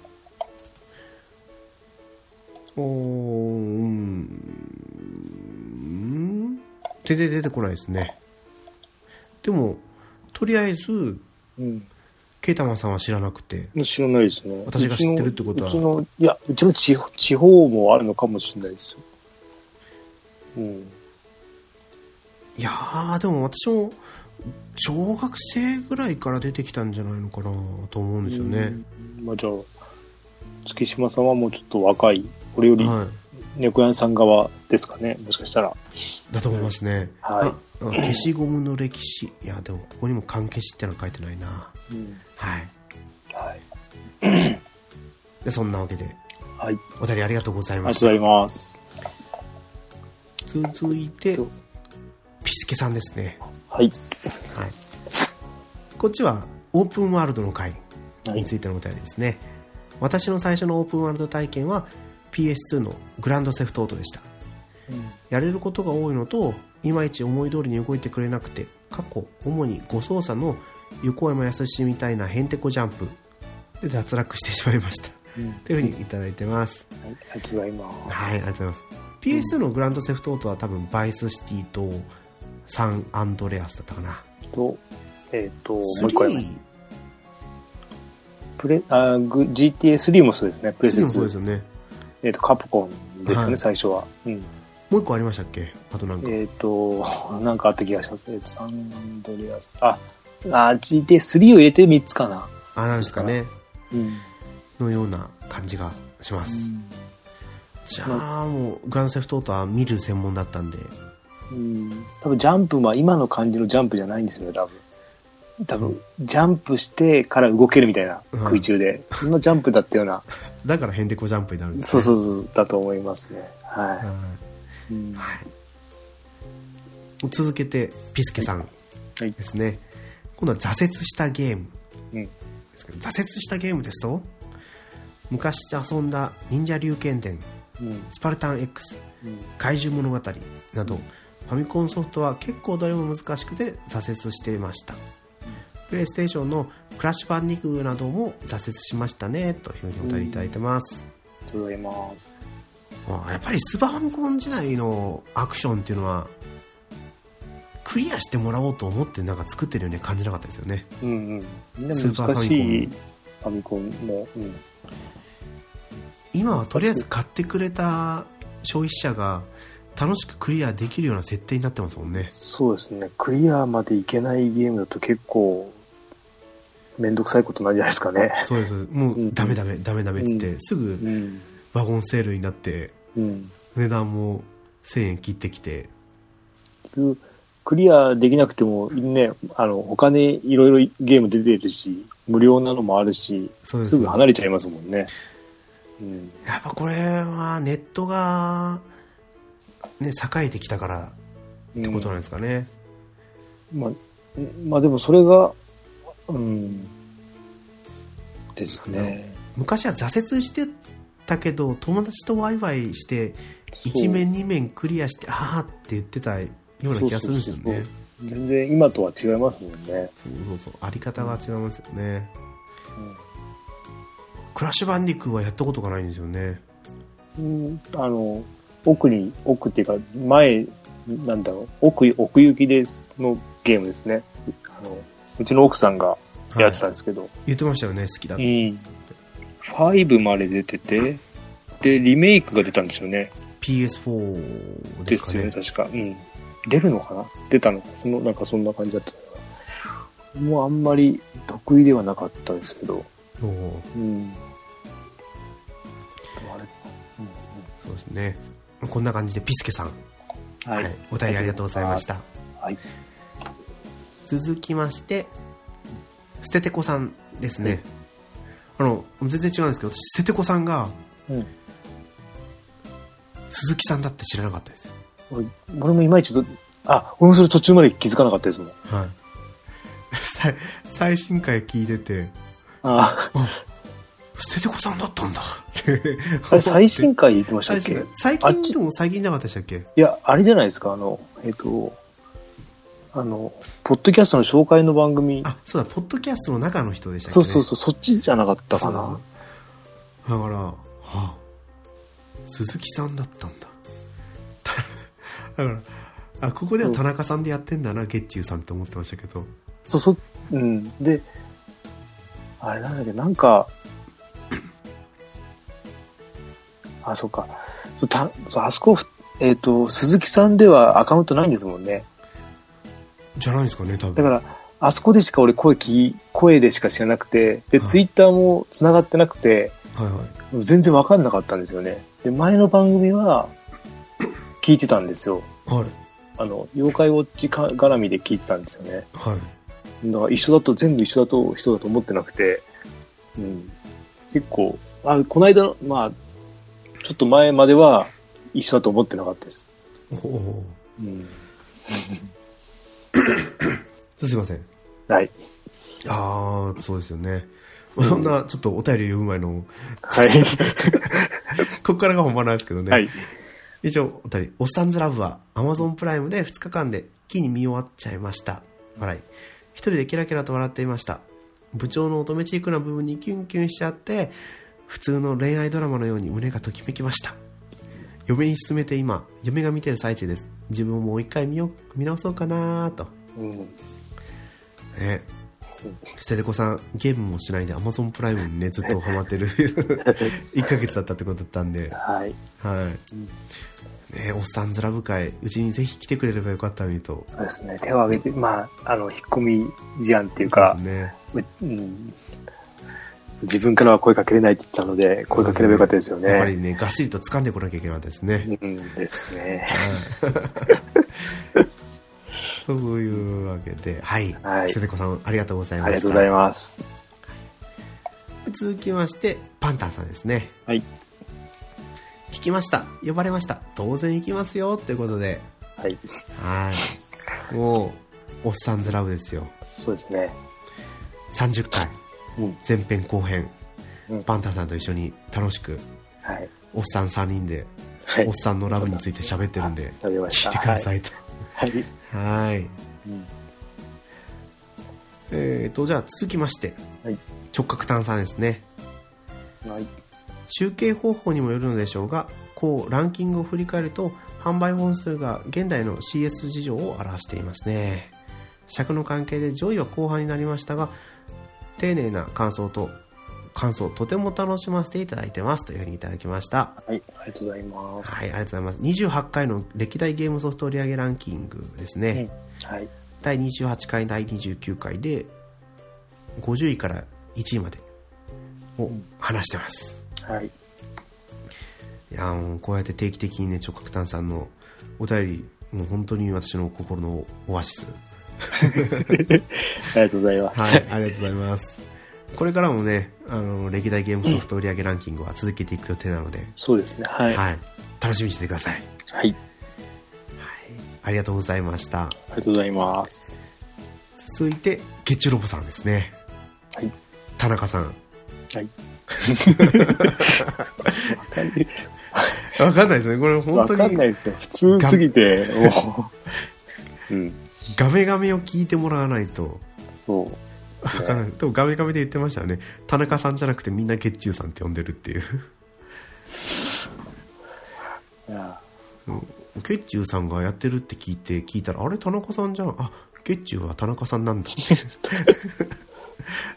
Speaker 1: おーうん。全然出てこないですね。でも、とりあえず、
Speaker 2: うん。
Speaker 1: ケイタマンさんは知らなくて。
Speaker 2: 知らないですね。
Speaker 1: 私が知ってるってことは
Speaker 2: うちの、うちのいや、うちの地方地方もあるのかもしれないですよ。うん。
Speaker 1: いやー、でも私も、小学生ぐらいから出てきたんじゃないのかなと思うんですよね。
Speaker 2: うん。まあじゃあ、月島さんはもうちょっと若い、これより
Speaker 1: は
Speaker 2: 猫屋さん側ですかね、もしかしたら。
Speaker 1: い。だと思いますね。
Speaker 2: は
Speaker 1: あ
Speaker 2: い
Speaker 1: あ消しゴムの歴史。いや、でもここにも缶消しってのは書いてないな。
Speaker 2: うん。
Speaker 1: はい。
Speaker 2: はい。
Speaker 1: でそんなわけで、
Speaker 2: はい。あり
Speaker 1: お便りありがとうござい
Speaker 2: が
Speaker 1: ま
Speaker 2: とう
Speaker 1: し
Speaker 2: ご
Speaker 1: た。
Speaker 2: ざいます。
Speaker 1: 続いて
Speaker 2: と、
Speaker 1: ピスケさんですね。
Speaker 2: はい。
Speaker 1: はい。こっちは、オープンワールドの回
Speaker 2: は
Speaker 1: に
Speaker 2: い
Speaker 1: つ。いてのお便りですね。私の最初のオープンワールド体験は、PS2 のグランドセフトオートでした。やれることが多いのと、いまいち思い通りに動いてくれなくて、過去、主に誤操作の横山やすしみたいなヘンテコジャンプで脱落してしまいました。
Speaker 2: うんはい
Speaker 1: というふうにいただいてます。
Speaker 2: ありがとうございます。
Speaker 1: はい、ありがとうございます。PS2 のグランドセフトオートは多分、バイスシティとサンアンドレアスだったかな。
Speaker 2: と、えっ、と、もう一個あります
Speaker 1: 3
Speaker 2: プレ、あーグ GTA3 もそうですね、プレ
Speaker 1: 次
Speaker 2: セ
Speaker 1: もそうです
Speaker 2: 2。
Speaker 1: よね。
Speaker 2: えっ、と、カプコンですよね、
Speaker 1: はい
Speaker 2: 最初は。うん。
Speaker 1: もう一個ありましたっけあとなんか。
Speaker 2: えっ、と、なんかあった気がします。えっ、と、サンアンドレアス。あ、あー、GT3 を入れて3つかな。
Speaker 1: あ、なんですかね。
Speaker 2: うん。
Speaker 1: のような感じがします。じゃあ、もう、グランドセフトオートは見る専門だったんで。
Speaker 2: うん。多分ジャンプは今の感じのジャンプじゃないんですよね、多分。多分、ジャンプしてから動けるみたいな、
Speaker 1: うん
Speaker 2: 空中で。そんなジャンプだったような、
Speaker 1: だからヘンテコジャンプになるんです、
Speaker 2: そう
Speaker 1: ね。。
Speaker 2: そううそう、だと思いますね。は。
Speaker 1: はい
Speaker 2: うん
Speaker 1: い。はい、続けて、ピスケさん
Speaker 2: はい
Speaker 1: で。すね。今度は挫折したゲーム。
Speaker 2: うん。
Speaker 1: ですけど挫折したゲームですと昔遊んだ忍者龍剣伝
Speaker 2: うん。
Speaker 1: スパルタン X
Speaker 2: うん
Speaker 1: 怪獣物語などファミコンソフトは結構どれも難しくて挫折していましたプレイステーションのクラッシュバンディクーなども挫折しましたねというふうにお便りいただいてます、
Speaker 2: りがとうございます。
Speaker 1: まあやっぱりスーパーファミコン時代のアクションっていうのはクリアしてもらおうと思ってなんか作ってるようには感じなかったですよね
Speaker 2: うんうん。で
Speaker 1: スー
Speaker 2: も
Speaker 1: パー
Speaker 2: 難
Speaker 1: ファミ
Speaker 2: しいファミコンも、うん。
Speaker 1: 今はとりあえず買ってくれた消費者が楽しくクリアできるような設定になってますもんね
Speaker 2: そうですね。クリアまでいけないゲームだと結構、めんどくさいことなんじゃないですかね。
Speaker 1: そうですもうダメダメダメダメって言って、
Speaker 2: う
Speaker 1: すぐ
Speaker 2: うん。
Speaker 1: ワゴンセールになって
Speaker 2: うん。
Speaker 1: 値段も1000円切ってきて
Speaker 2: クリアできなくても、ね、あの、他にいろいろゲーム出てるし、無料なのもあるし、
Speaker 1: そうです
Speaker 2: すぐ離れちゃいますもんね。うん。
Speaker 1: やっぱこれはネットが、ね、栄えてきたから
Speaker 2: っ
Speaker 1: ってことなんですかね、
Speaker 2: まあ、うんまあでもそれが、うん、ですね。
Speaker 1: 昔は挫折してたけど友達とワイワイして
Speaker 2: そう
Speaker 1: 1面2面クリアしてああって言ってたような気がするんですよ
Speaker 2: そうそう
Speaker 1: ね
Speaker 2: そ全然今とは違いますもんね。
Speaker 1: そうそうそうあり方が違いますよねクラッシュバンディクーはやったことがないんですよね
Speaker 2: うん、あの、奥に、奥っていうか、前、なんだろう、奥、奥行きですのゲームですね。あの、うちの奥さんがやってたんですけど、
Speaker 1: 言ってましたよね好きだって、
Speaker 2: うん。5まで出てて、で、リメイクが出たんですよね。
Speaker 1: PS4 で
Speaker 2: です
Speaker 1: か
Speaker 2: すよ
Speaker 1: ね
Speaker 2: ね、確か。うん。出るのかな出たのかその、なんかそんな感じだったからもうあんまり得意ではなかったですけど。
Speaker 1: おう
Speaker 2: うん。でもあれ、うん
Speaker 1: そうですねこんな感じでピスケさん、
Speaker 2: うんはい。
Speaker 1: はいお便りありがとうございました
Speaker 2: はい。
Speaker 1: 続きまして捨ててこさんですね、あの全然違うんですけど私捨ててこさんが
Speaker 2: うん。
Speaker 1: 鈴木さんだって知らなかったです、
Speaker 2: 俺俺もいまいちど、あ、俺もそれ途中まで気づかなかったですもん。
Speaker 1: はい、最最新回聞いてて
Speaker 2: あ
Speaker 1: 捨ててこさんだったんだって
Speaker 2: あ、れ最新回言ってましたっ
Speaker 1: 最
Speaker 2: け
Speaker 1: 新最
Speaker 2: あ
Speaker 1: 近
Speaker 2: っち
Speaker 1: でも最近じゃなかったでしたっけ
Speaker 2: いや、あれじゃないですか、あの、えっ、と、あの、ポッドキャストの紹介の番組、
Speaker 1: あそうだポッドキャストの中の人でしたっけ
Speaker 2: そうそう
Speaker 1: う
Speaker 2: そう、そっちじゃなかったかな。
Speaker 1: だから、はあ、鈴木さんだったんだ [laughs] ただからあここでは田中さんでやってんだな、月中さんって思ってましたけど
Speaker 2: そうそう、うん。で、あれなんだっけ、なんか、あ、そうか。そうたそうあそこ、えっ、と、鈴木さんではアカウントないんですもんね。
Speaker 1: じゃないですかね多分
Speaker 2: だから、あそこでしか俺声き、声でしか知らなくて、で、
Speaker 1: はい
Speaker 2: ツイッターも繋がってなくて、
Speaker 1: はいはい
Speaker 2: 全然わかんなかったんですよね。で、前の番組は、聞いてたんですよ。
Speaker 1: はい
Speaker 2: あの、妖怪ウォッチか絡みで聞いてたんですよね。
Speaker 1: はい
Speaker 2: だから一緒だと、全部一緒だと、人だと思ってなくて、うん。結構、あ、この間の、まあ、ちょっと前までは一緒だと思ってなかったです。
Speaker 1: おおお
Speaker 2: うん。
Speaker 1: すいません
Speaker 2: はい。
Speaker 1: ああそうですよね
Speaker 2: うん
Speaker 1: そんなちょっとお便り読む前の
Speaker 2: [laughs] はい。
Speaker 1: ここからが本番なんですけどね、
Speaker 2: はい。
Speaker 1: 以上お便り「おっさんずラブ」は Amazon プライムで2日間で一気に見終わっちゃいました笑い一人でキラキラと笑っていました部長の乙女チークな部分にキュンキュンしちゃって普通の恋愛ドラマのように胸がときめきました嫁に勧めて今嫁が見てる最中です自分ももう一回見よう見直そうかなーと
Speaker 2: うん。
Speaker 1: ねステレコさんゲームもしないで Amazon プライムにねずっとハマってる [laughs] 1ヶ月だったってことだったんで、
Speaker 2: はい。
Speaker 1: はいね、おっさんずラブ会うちにぜひ来てくれればよかったのにと
Speaker 2: そうですね。手を挙げて、まあ、あの、引っ込み事案っていう
Speaker 1: そう
Speaker 2: か
Speaker 1: です、ね
Speaker 2: ううん。自分からは声かけれないって言ってたので、声かければよかったですよ
Speaker 1: やっぱりね
Speaker 2: ね。
Speaker 1: がっしりと掴んでこなきゃいけなかったですね、
Speaker 2: うんですね。
Speaker 1: [laughs] そういうわけで、はい。
Speaker 2: はい
Speaker 1: ステコさん、ありがとうございま
Speaker 2: あ
Speaker 1: した。
Speaker 2: りがとうございます。
Speaker 1: 続きまして、パンタンさんですね。
Speaker 2: はい。
Speaker 1: 聞きました。呼ばれました。当然行きますよ。ということで、
Speaker 2: はい。
Speaker 1: はい。もう、おっさんずラブですよ。
Speaker 2: そうですね。
Speaker 1: 30回、
Speaker 2: うん。
Speaker 1: 前編後編、
Speaker 2: うん
Speaker 1: パンタンさんと一緒に楽しく、
Speaker 2: はい。
Speaker 1: おっさん3人で、
Speaker 2: はい
Speaker 1: おっ。さんのラブについて喋ってるんで、
Speaker 2: 食べまし
Speaker 1: 聞
Speaker 2: た。
Speaker 1: いてくださいと。
Speaker 2: はい。は
Speaker 1: は
Speaker 2: い。
Speaker 1: い。
Speaker 2: うん
Speaker 1: えーと、じゃあ続きまして、
Speaker 2: はい
Speaker 1: 直角炭酸ですね。
Speaker 2: はい。
Speaker 1: 集計方法にもよるのでしょうがこうランキングを振り返ると販売本数が現代の CS 事情を表していますね尺の関係で上位は後半になりましたが丁寧な感想と感想とても楽しませていただいてますというふうにいただきました
Speaker 2: はい、ありがとうございます。
Speaker 1: はいありがとうございます28回の歴代ゲームソフト売上ランキングですね、
Speaker 2: うん、はい。
Speaker 1: 第28回第29回で50位から1位までを話してます、
Speaker 2: はい。
Speaker 1: いやーもうこうやって定期的にね直角炭さんのお便りもう本当に私の心のオアシス
Speaker 2: ありがとうございます。
Speaker 1: はい [laughs] ありがとうございますこれからもねあの歴代ゲームソフト売上ランキングは続けていく予定なので、
Speaker 2: そうですね。はい。はい。
Speaker 1: はい、楽しみにしててください、はい、
Speaker 2: あり
Speaker 1: ありがとうございました
Speaker 2: がとうございます。
Speaker 1: 続いてゲッチュロボさんですね
Speaker 2: はい
Speaker 1: 田中さん [laughs]
Speaker 2: はい。わかんない
Speaker 1: わかんないですねこれ
Speaker 2: わ
Speaker 1: 本当
Speaker 2: かん
Speaker 1: に
Speaker 2: ないですよ。普通すぎて、も
Speaker 1: [laughs]
Speaker 2: う。うん。
Speaker 1: ガメガメを聞いてもらわないと
Speaker 2: そう。
Speaker 1: わかんないでもガメガメで言ってましたよね田中さんじゃなくてみんな月中さんって呼んでるっていう
Speaker 2: いや
Speaker 1: うん月中さんがやってるって聞いて聞いたらあれ田中さんじゃんあ月中は田中さん
Speaker 2: [laughs]
Speaker 1: なんだ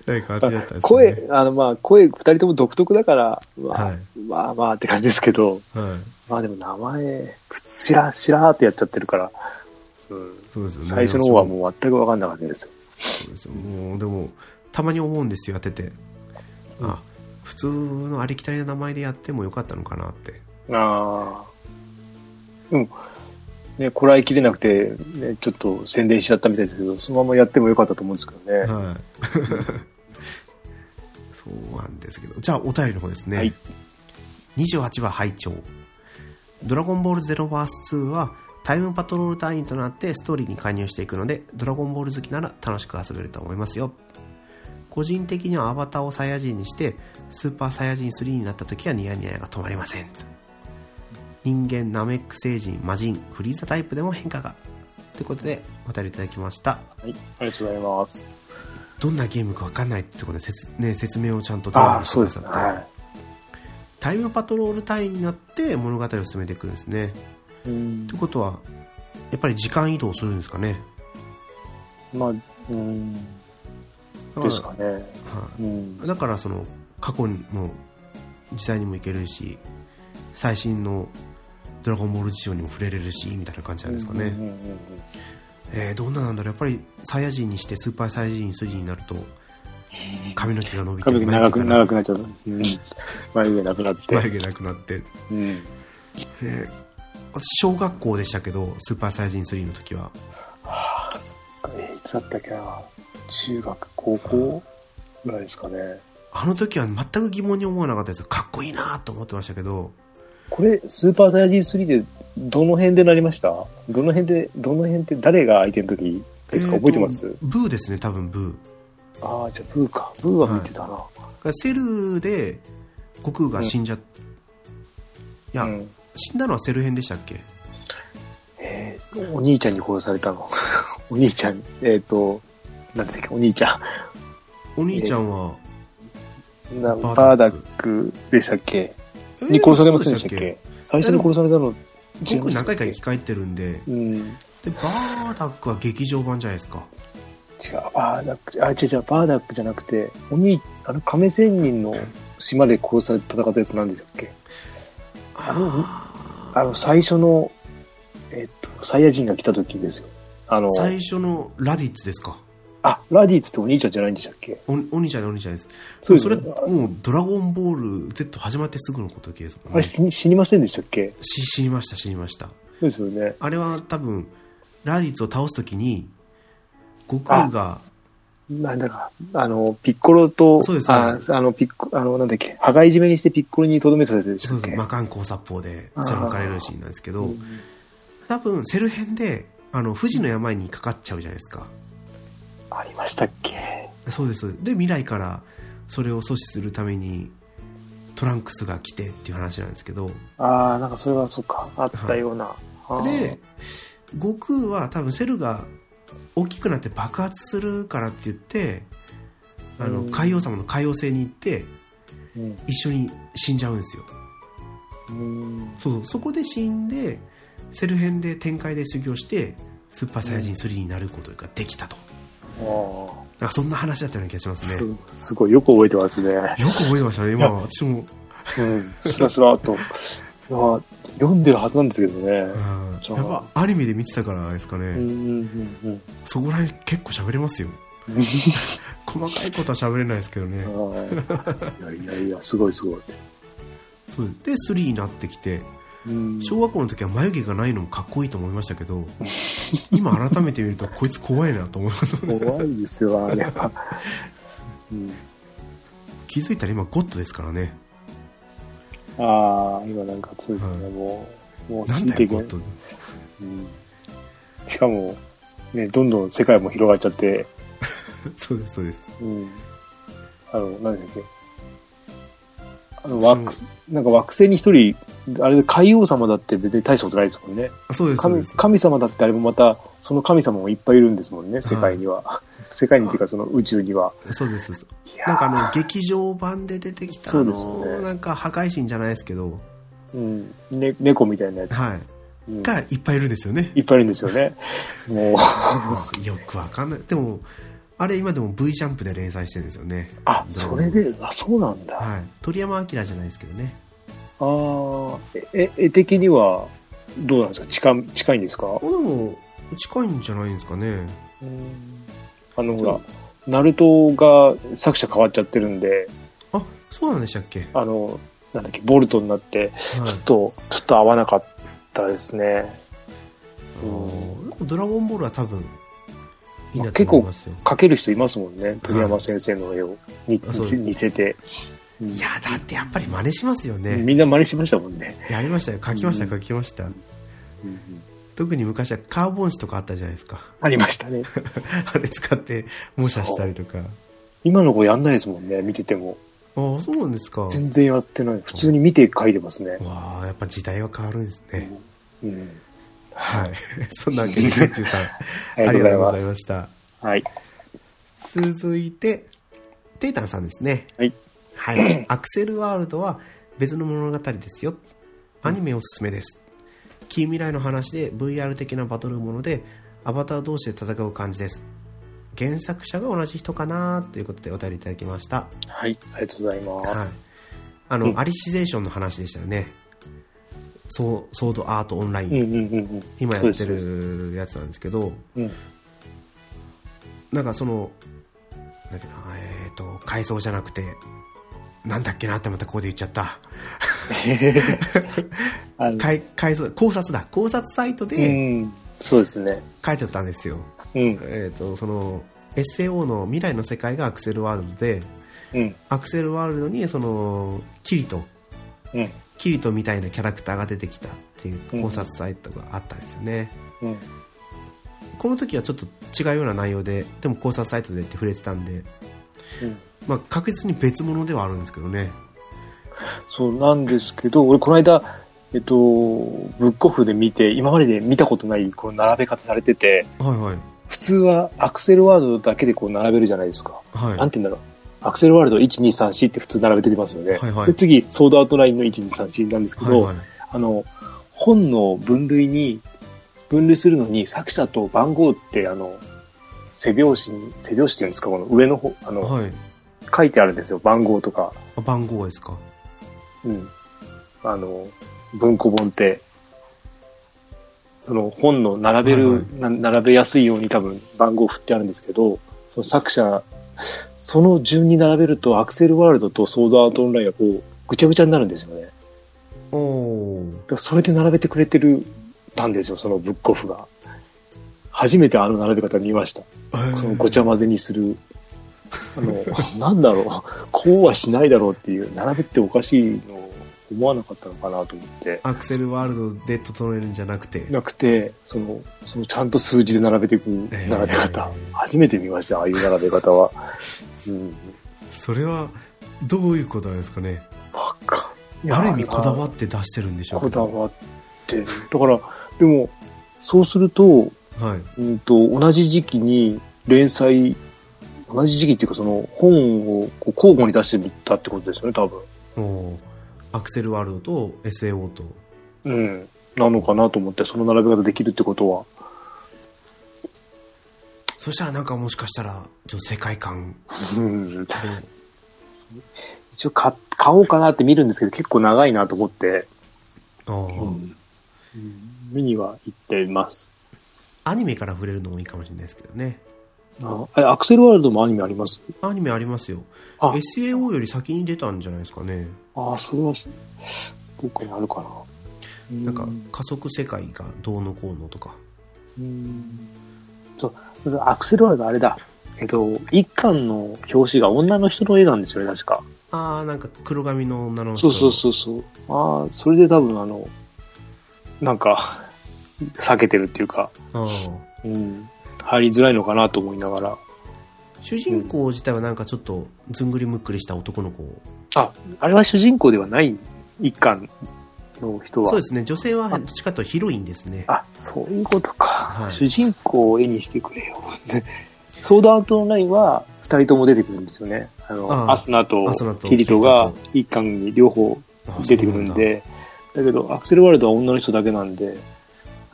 Speaker 1: なんかあれだったんですね
Speaker 2: 声、あの、まあ、声、二人とも独特だから、まあ、
Speaker 1: は
Speaker 2: まあまあって感じですけど、
Speaker 1: い、はい、
Speaker 2: まあでも名前、しら、しらーってやっちゃってるから、うん。
Speaker 1: そうですよね
Speaker 2: 最初の方はもう全く分かんなかったですよ。
Speaker 1: そうですよもうでもたまに思うんですよやっててあ普通のありきたりな名前でやってもよかったのかなって
Speaker 2: ああ。でも、ね、こらえきれなくて、ね、ちょっと宣伝しちゃったみたいですけど、そのままやってもよかったと思うんですけどね。
Speaker 1: はい [laughs] そうなんですけどじゃあお便りの方ですね、
Speaker 2: はい
Speaker 1: 28話拝聴ドラゴンボールゼロバース2はタイムパトロール隊員となってストーリーに加入していくのでドラゴンボール好きなら楽しく遊べると思いますよ個人的にはアバターをサイヤ人にしてスーパーサイヤ人3になった時はニヤニヤが止まりません人間ナメック星人魔人フリーザタイプでも変化がということでお便りいただきました
Speaker 2: はい。ありがとうございます。
Speaker 1: どんなゲームか分かんないってことで説,、ね、説明をちゃんと
Speaker 2: ああ、
Speaker 1: 丁寧にしてくださ
Speaker 2: そうですね。
Speaker 1: って
Speaker 2: は
Speaker 1: タイムパトロール隊員になって物語を進めていくんですね
Speaker 2: い。うん
Speaker 1: って。ことはやっぱり時間移動するんですかね
Speaker 2: まあ、うん。
Speaker 1: だから
Speaker 2: ですかね。
Speaker 1: は
Speaker 2: うん
Speaker 1: い。だからその過去の時代にも行けるし最新の「ドラゴンボール」事情にも触れれるしみたいな感じなんですかね、
Speaker 2: うんうんうんうん
Speaker 1: えーどんななんだろうやっぱりサイヤ人にしてスーパーサイヤ人3になると髪の毛が伸びて
Speaker 2: 髪の毛長く、
Speaker 1: 眉毛が
Speaker 2: 長くなっちゃう。うん。眉毛なくなって。
Speaker 1: 眉毛なくなって
Speaker 2: うん。
Speaker 1: で私小学校でしたけどスーパーサイヤ人3の時は
Speaker 2: はあ、そっか。えーいつだったっけな。中学、高校ぐらいですかね。
Speaker 1: あの時は全く疑問に思わなかったですかっこいいなと思ってましたけど
Speaker 2: これ、スーパーサイヤ人3で、どの辺でなりましたどの辺で、どの辺って誰が相手の時ですか、
Speaker 1: えーと
Speaker 2: 覚えてます
Speaker 1: ブーですね多分ブー
Speaker 2: ああ、じゃあ、ブーか。ブーは見てたな。
Speaker 1: セルで悟空が死んじゃっ、いや、
Speaker 2: うん、
Speaker 1: 死んだのはセル編でしたっけ
Speaker 2: えーお兄ちゃんに殺されたの。 [laughs] お兄ちゃん、えっ、と、なんですっけ、お兄ちゃ
Speaker 1: お兄ちゃんは、
Speaker 2: ん。な
Speaker 1: バ
Speaker 2: バ
Speaker 1: ーダ
Speaker 2: ーダ
Speaker 1: ッ
Speaker 2: ックでしたっけ
Speaker 1: えー
Speaker 2: に殺されませんでしたっ
Speaker 1: そう
Speaker 2: け最初に殺されたの、
Speaker 1: したっけ悟空何回か
Speaker 2: 違
Speaker 1: 生
Speaker 2: いまし
Speaker 1: き返ってるんで
Speaker 2: たっけうん。
Speaker 1: でバーダックは劇場版じゃないですか
Speaker 2: 違う、バーダック、あ、違う違う、バーダックじゃなくて、おに、あの、亀仙人の島で殺されて戦ったやつなんでしたっけ
Speaker 1: あー
Speaker 2: あの、最初の、えっと、サイヤ人が来た時ですよ。あの、
Speaker 1: 最初のラディッツですか
Speaker 2: あ、ラディッツってお兄ちゃんじゃないんでしたっけ
Speaker 1: おお兄ちゃんのお兄ちゃんです
Speaker 2: そうです
Speaker 1: それ
Speaker 2: ね。
Speaker 1: もう「ドラゴンボール Z」始まってすぐのことですも
Speaker 2: あ
Speaker 1: ん
Speaker 2: れ
Speaker 1: ね
Speaker 2: 死に死にませんでしたっけ
Speaker 1: し死にました死にました
Speaker 2: そうですよね。
Speaker 1: あれは多分ラディッツを倒すときに悟空が
Speaker 2: なんだか、あの、ピッコロと、
Speaker 1: そうです
Speaker 2: ああの、ピッコ、あの、なんだっけ、羽交い締めにしてピッコロにとどめさせてでし
Speaker 1: そ
Speaker 2: た
Speaker 1: う
Speaker 2: っ
Speaker 1: で
Speaker 2: け
Speaker 1: す魔漢光殺法で貫かれるシーンなんですけど、
Speaker 2: うん
Speaker 1: 多分セル編であの富士の山にかかっちゃうじゃないですか
Speaker 2: ありましたっけ
Speaker 1: そうですそうですで未来からそれを阻止するためにトランクスが来てっていう話なんですけど
Speaker 2: ああ、なんかそれは、そっか、あったような。あー
Speaker 1: で悟空は多分セルが大きくなって爆発するからって言ってあの
Speaker 2: うん
Speaker 1: 海王様の海王星に行って
Speaker 2: うん
Speaker 1: 一緒に死んじゃうんですよ
Speaker 2: うん
Speaker 1: そうそうそこで死んでセル編で展開で修行してスーパーサイヤ人3になることができたと、
Speaker 2: ああ、
Speaker 1: なんかそんな話だったような気がします
Speaker 2: す
Speaker 1: ね
Speaker 2: すごい、よく覚えてますね。
Speaker 1: よく覚えてましたね今私も、
Speaker 2: うん、スラスラっと。いや、読んでるはずなんですけど
Speaker 1: うん、。
Speaker 2: ね
Speaker 1: や
Speaker 2: じゃあ
Speaker 1: っぱアニメで見てたからですかね、
Speaker 2: うんうんうんうん。
Speaker 1: そこら辺結構喋れます
Speaker 2: [laughs]
Speaker 1: よ細かいことは喋れないですけどね、
Speaker 2: ああいやいやいや、すごいすごい。
Speaker 1: そうですで3になってきて
Speaker 2: うん
Speaker 1: 小学校の時は眉毛がないのもかっこいいと思いましたけ
Speaker 2: [laughs]
Speaker 1: ど今改めて見るとこいつ怖いなと思います
Speaker 2: 怖いですよ、あれは。うん、
Speaker 1: 気づいたら今ゴッドですからね
Speaker 2: ああ、今なんかそうですね、
Speaker 1: はい
Speaker 2: もう、もう
Speaker 1: な
Speaker 2: つ
Speaker 1: ん
Speaker 2: い
Speaker 1: だ
Speaker 2: て
Speaker 1: よ
Speaker 2: いけ
Speaker 1: ゴ
Speaker 2: ない
Speaker 1: ッ。ド
Speaker 2: うんしかも、ね、どんどん世界も広がっちゃって、
Speaker 1: そうですそうです
Speaker 2: うん、あの、何だっけ。あの、惑、なんか惑星に一人、あれで海王様だって別に大したことないですもんね。
Speaker 1: あそうですそうで
Speaker 2: 神
Speaker 1: す
Speaker 2: 神様だってあれもまた、その神様もいっぱいいるんですもんね、世界には。 [laughs] 世界にっていうか、その宇宙には。
Speaker 1: そうですそうです
Speaker 2: いやー
Speaker 1: なんかあの劇場版で出てきた
Speaker 2: そ
Speaker 1: あ
Speaker 2: うですね
Speaker 1: のなんか破壊神じゃないですけど
Speaker 2: うん、ね、猫みたいなやつ、
Speaker 1: は
Speaker 2: うん
Speaker 1: いがいっぱいいるんですよね
Speaker 2: いっぱいいるんですよね。
Speaker 1: [laughs]
Speaker 2: もう、
Speaker 1: よくわかんないでもあれ今でも V ジャンプで連載してるんですよね
Speaker 2: あ、それで、あ、そうなんだ。
Speaker 1: はい鳥山明じゃないですけどね
Speaker 2: ああ、え、絵的には、どうなんですか近、近いんですか
Speaker 1: あでも近いんじゃないんですかね
Speaker 2: あの、ほ
Speaker 1: う
Speaker 2: ら、ナルトが作者変わっちゃってるんで、
Speaker 1: あそうなんでしたっけ、
Speaker 2: あの、なんだっけ、ボルトになって、
Speaker 1: はい
Speaker 2: ちょっと、ちょっと合わなかったですね。
Speaker 1: あのドラゴンボールは多分いいなと
Speaker 2: 結構
Speaker 1: 思いますよ
Speaker 2: 描ける人いますもんね、鳥山先生の絵をに、
Speaker 1: あそうです
Speaker 2: 似せて。うん
Speaker 1: いやだってやっぱり真似しますよね
Speaker 2: みんな真似しましたもんね。
Speaker 1: やりましたよ書きました
Speaker 2: うん
Speaker 1: 書きました特に昔はカーボン紙とかあったじゃないですか
Speaker 2: ありました
Speaker 1: [laughs]
Speaker 2: ね。
Speaker 1: あれ使って模写したりとかあ
Speaker 2: 今の子やんないですもんね、見てても。
Speaker 1: あそうなんですかわ
Speaker 2: 全然やってない。普通に見て書いてますね。
Speaker 1: あやっぱ時代は変わるんですね、
Speaker 2: うん。
Speaker 1: はい [laughs] そんなわけでけんちゅうさん
Speaker 2: [laughs] ありがとうございます。
Speaker 1: ました
Speaker 2: はい。
Speaker 1: 続いてテータンさんですね
Speaker 2: はい、 [clears throat]
Speaker 1: はい、アクセルワールドは別の物語ですよアニメおすすめです近未来の話で VR 的なバトルものでアバター同士で戦う感じです原作者が同じ人かなということでお便りいただきました、
Speaker 2: はい。ありがとうございま
Speaker 1: はい
Speaker 2: す。、
Speaker 1: あの、
Speaker 2: うん
Speaker 1: アリシゼーションの話でしたよねそうソードアートオンライン、
Speaker 2: うんうんうん
Speaker 1: 今やっ
Speaker 2: そ
Speaker 1: て
Speaker 2: うです
Speaker 1: るやつなんですけど
Speaker 2: うん。うん。
Speaker 1: なんかその、なんだっけな、えっ、と、改装じゃなくて、なんだっけなってまたここで言っちゃった。
Speaker 2: あの
Speaker 1: 改改装、考察だ。考察サイト
Speaker 2: う
Speaker 1: で
Speaker 2: ん。そうですね。
Speaker 1: 書いてあったんですよ。
Speaker 2: うん。
Speaker 1: えっ、と、その、SAO の未来の世界がアクセルワールドで、
Speaker 2: うん。
Speaker 1: アクセルワールドにその、キリト、
Speaker 2: うん。
Speaker 1: キリトみたいなキャラクターが出てきたっていう考察サイトがあったんですよね。
Speaker 2: うん。
Speaker 1: この時はちょっと違うような内容で、でも考察サイトでって触れてたんで、
Speaker 2: うん。
Speaker 1: まあ確実に別物ではあるんですけどね。
Speaker 2: そうなんですけど、俺この間、えっと、ブックオフで見て、今までで見たことないこの並べ方されてて、
Speaker 1: はいはい。
Speaker 2: 普通はアクセルワードだけでこう並べるじゃないですか。
Speaker 1: はい。
Speaker 2: なんて言うんだろう。アクセルワールド1、2、3、4って普通並べてきますよね。
Speaker 1: はいはい
Speaker 2: で次、ソードアートラインの1、2、3、4なんですけど、
Speaker 1: はいはい
Speaker 2: あの、本の分類に、分類するのに作者と番号って、あの、背表紙に、背表紙っていうんですか、この上の方、あの、
Speaker 1: はい。
Speaker 2: 書いてあるんですよ、番号とか。
Speaker 1: あ番号ですか。
Speaker 2: うん。あの、文庫本って、その本の並べる、
Speaker 1: はい
Speaker 2: な並べやすいように多分番号振ってあるんですけど、その作者、その順に並べるとアクセルワールドとソードアートオンラインがこう、ぐちゃぐちゃになるんですよね。だか
Speaker 1: おおー。
Speaker 2: らそれで並べてくれてるたんですよ、そのブックオフが。初めてあの並べ方見ました。
Speaker 1: えー
Speaker 2: そのごちゃ混ぜにする。あの、なんだろう、こうはしないだろうっていう、並べっておかしいのを思わなかったのかなと思って。
Speaker 1: アクセルワールドで整えるんじゃなくて。
Speaker 2: なくて、その、そのちゃんと数字で並べていく
Speaker 1: えー
Speaker 2: 並べ方。初めて見ました、ああいう並べ方は。うん。
Speaker 1: それは、どういうことなんですかね。
Speaker 2: わかんない
Speaker 1: ある意味こだわ
Speaker 2: っ
Speaker 1: って出してるんでしょう
Speaker 2: こ
Speaker 1: け
Speaker 2: だ
Speaker 1: ど
Speaker 2: わって。だから、でも、そうすると、
Speaker 1: はい。
Speaker 2: うんと、同じ時期に連載同じ時期っていうか、その本をこう交互に出してたってことですよね、多分。
Speaker 1: もうアクセルワールドと SAO と
Speaker 2: うん。なのかなと思って、その並べ方できるってことは。
Speaker 1: そしたらなんかもしかしたらちょっと世界観
Speaker 2: うん。
Speaker 1: 多分
Speaker 2: 一応買買おうかなって見るんですけど、結構長いなと思って、
Speaker 1: あー
Speaker 2: うん見には行っています。
Speaker 1: アニメから触れるのもいいかもしれないですけどね
Speaker 2: ああれアクセルワールドもアニメあります
Speaker 1: アニメありますよ
Speaker 2: あ
Speaker 1: SAO より先に出たんじゃないですかね
Speaker 2: ああ、それは、どっかにあるかな。
Speaker 1: なんか加速世界がどうのこうのとか
Speaker 2: うんそう、アクセルワールドあれだ。えっと、一巻の表紙が女の人の絵なんですよね、確か。
Speaker 1: ああなんか黒髪の女の
Speaker 2: そ
Speaker 1: 人
Speaker 2: うそうそうそう。ああ、それで多分あの、なんか、避けてるっていうか、
Speaker 1: あー
Speaker 2: うん、入りづらいのかなと思いながら。
Speaker 1: 主人公自体はなんかちょっとずんぐりむっくりした男の子
Speaker 2: あ、あれは主人公ではない一巻の人は。
Speaker 1: そうですね女性はどっちかというとヒロインですね
Speaker 2: あ、そういうことか。
Speaker 1: はい
Speaker 2: 主人公を絵にしてくれよ。 [laughs] でソードアートオンラインは二人とも出てくるんですよね。あの、
Speaker 1: ああ
Speaker 2: アスナと
Speaker 1: アスナと
Speaker 2: キリトが
Speaker 1: キリ
Speaker 2: 一巻に両方
Speaker 1: あー
Speaker 2: 出てくるんで、だけどアクセルワールドは女の人だけなんで、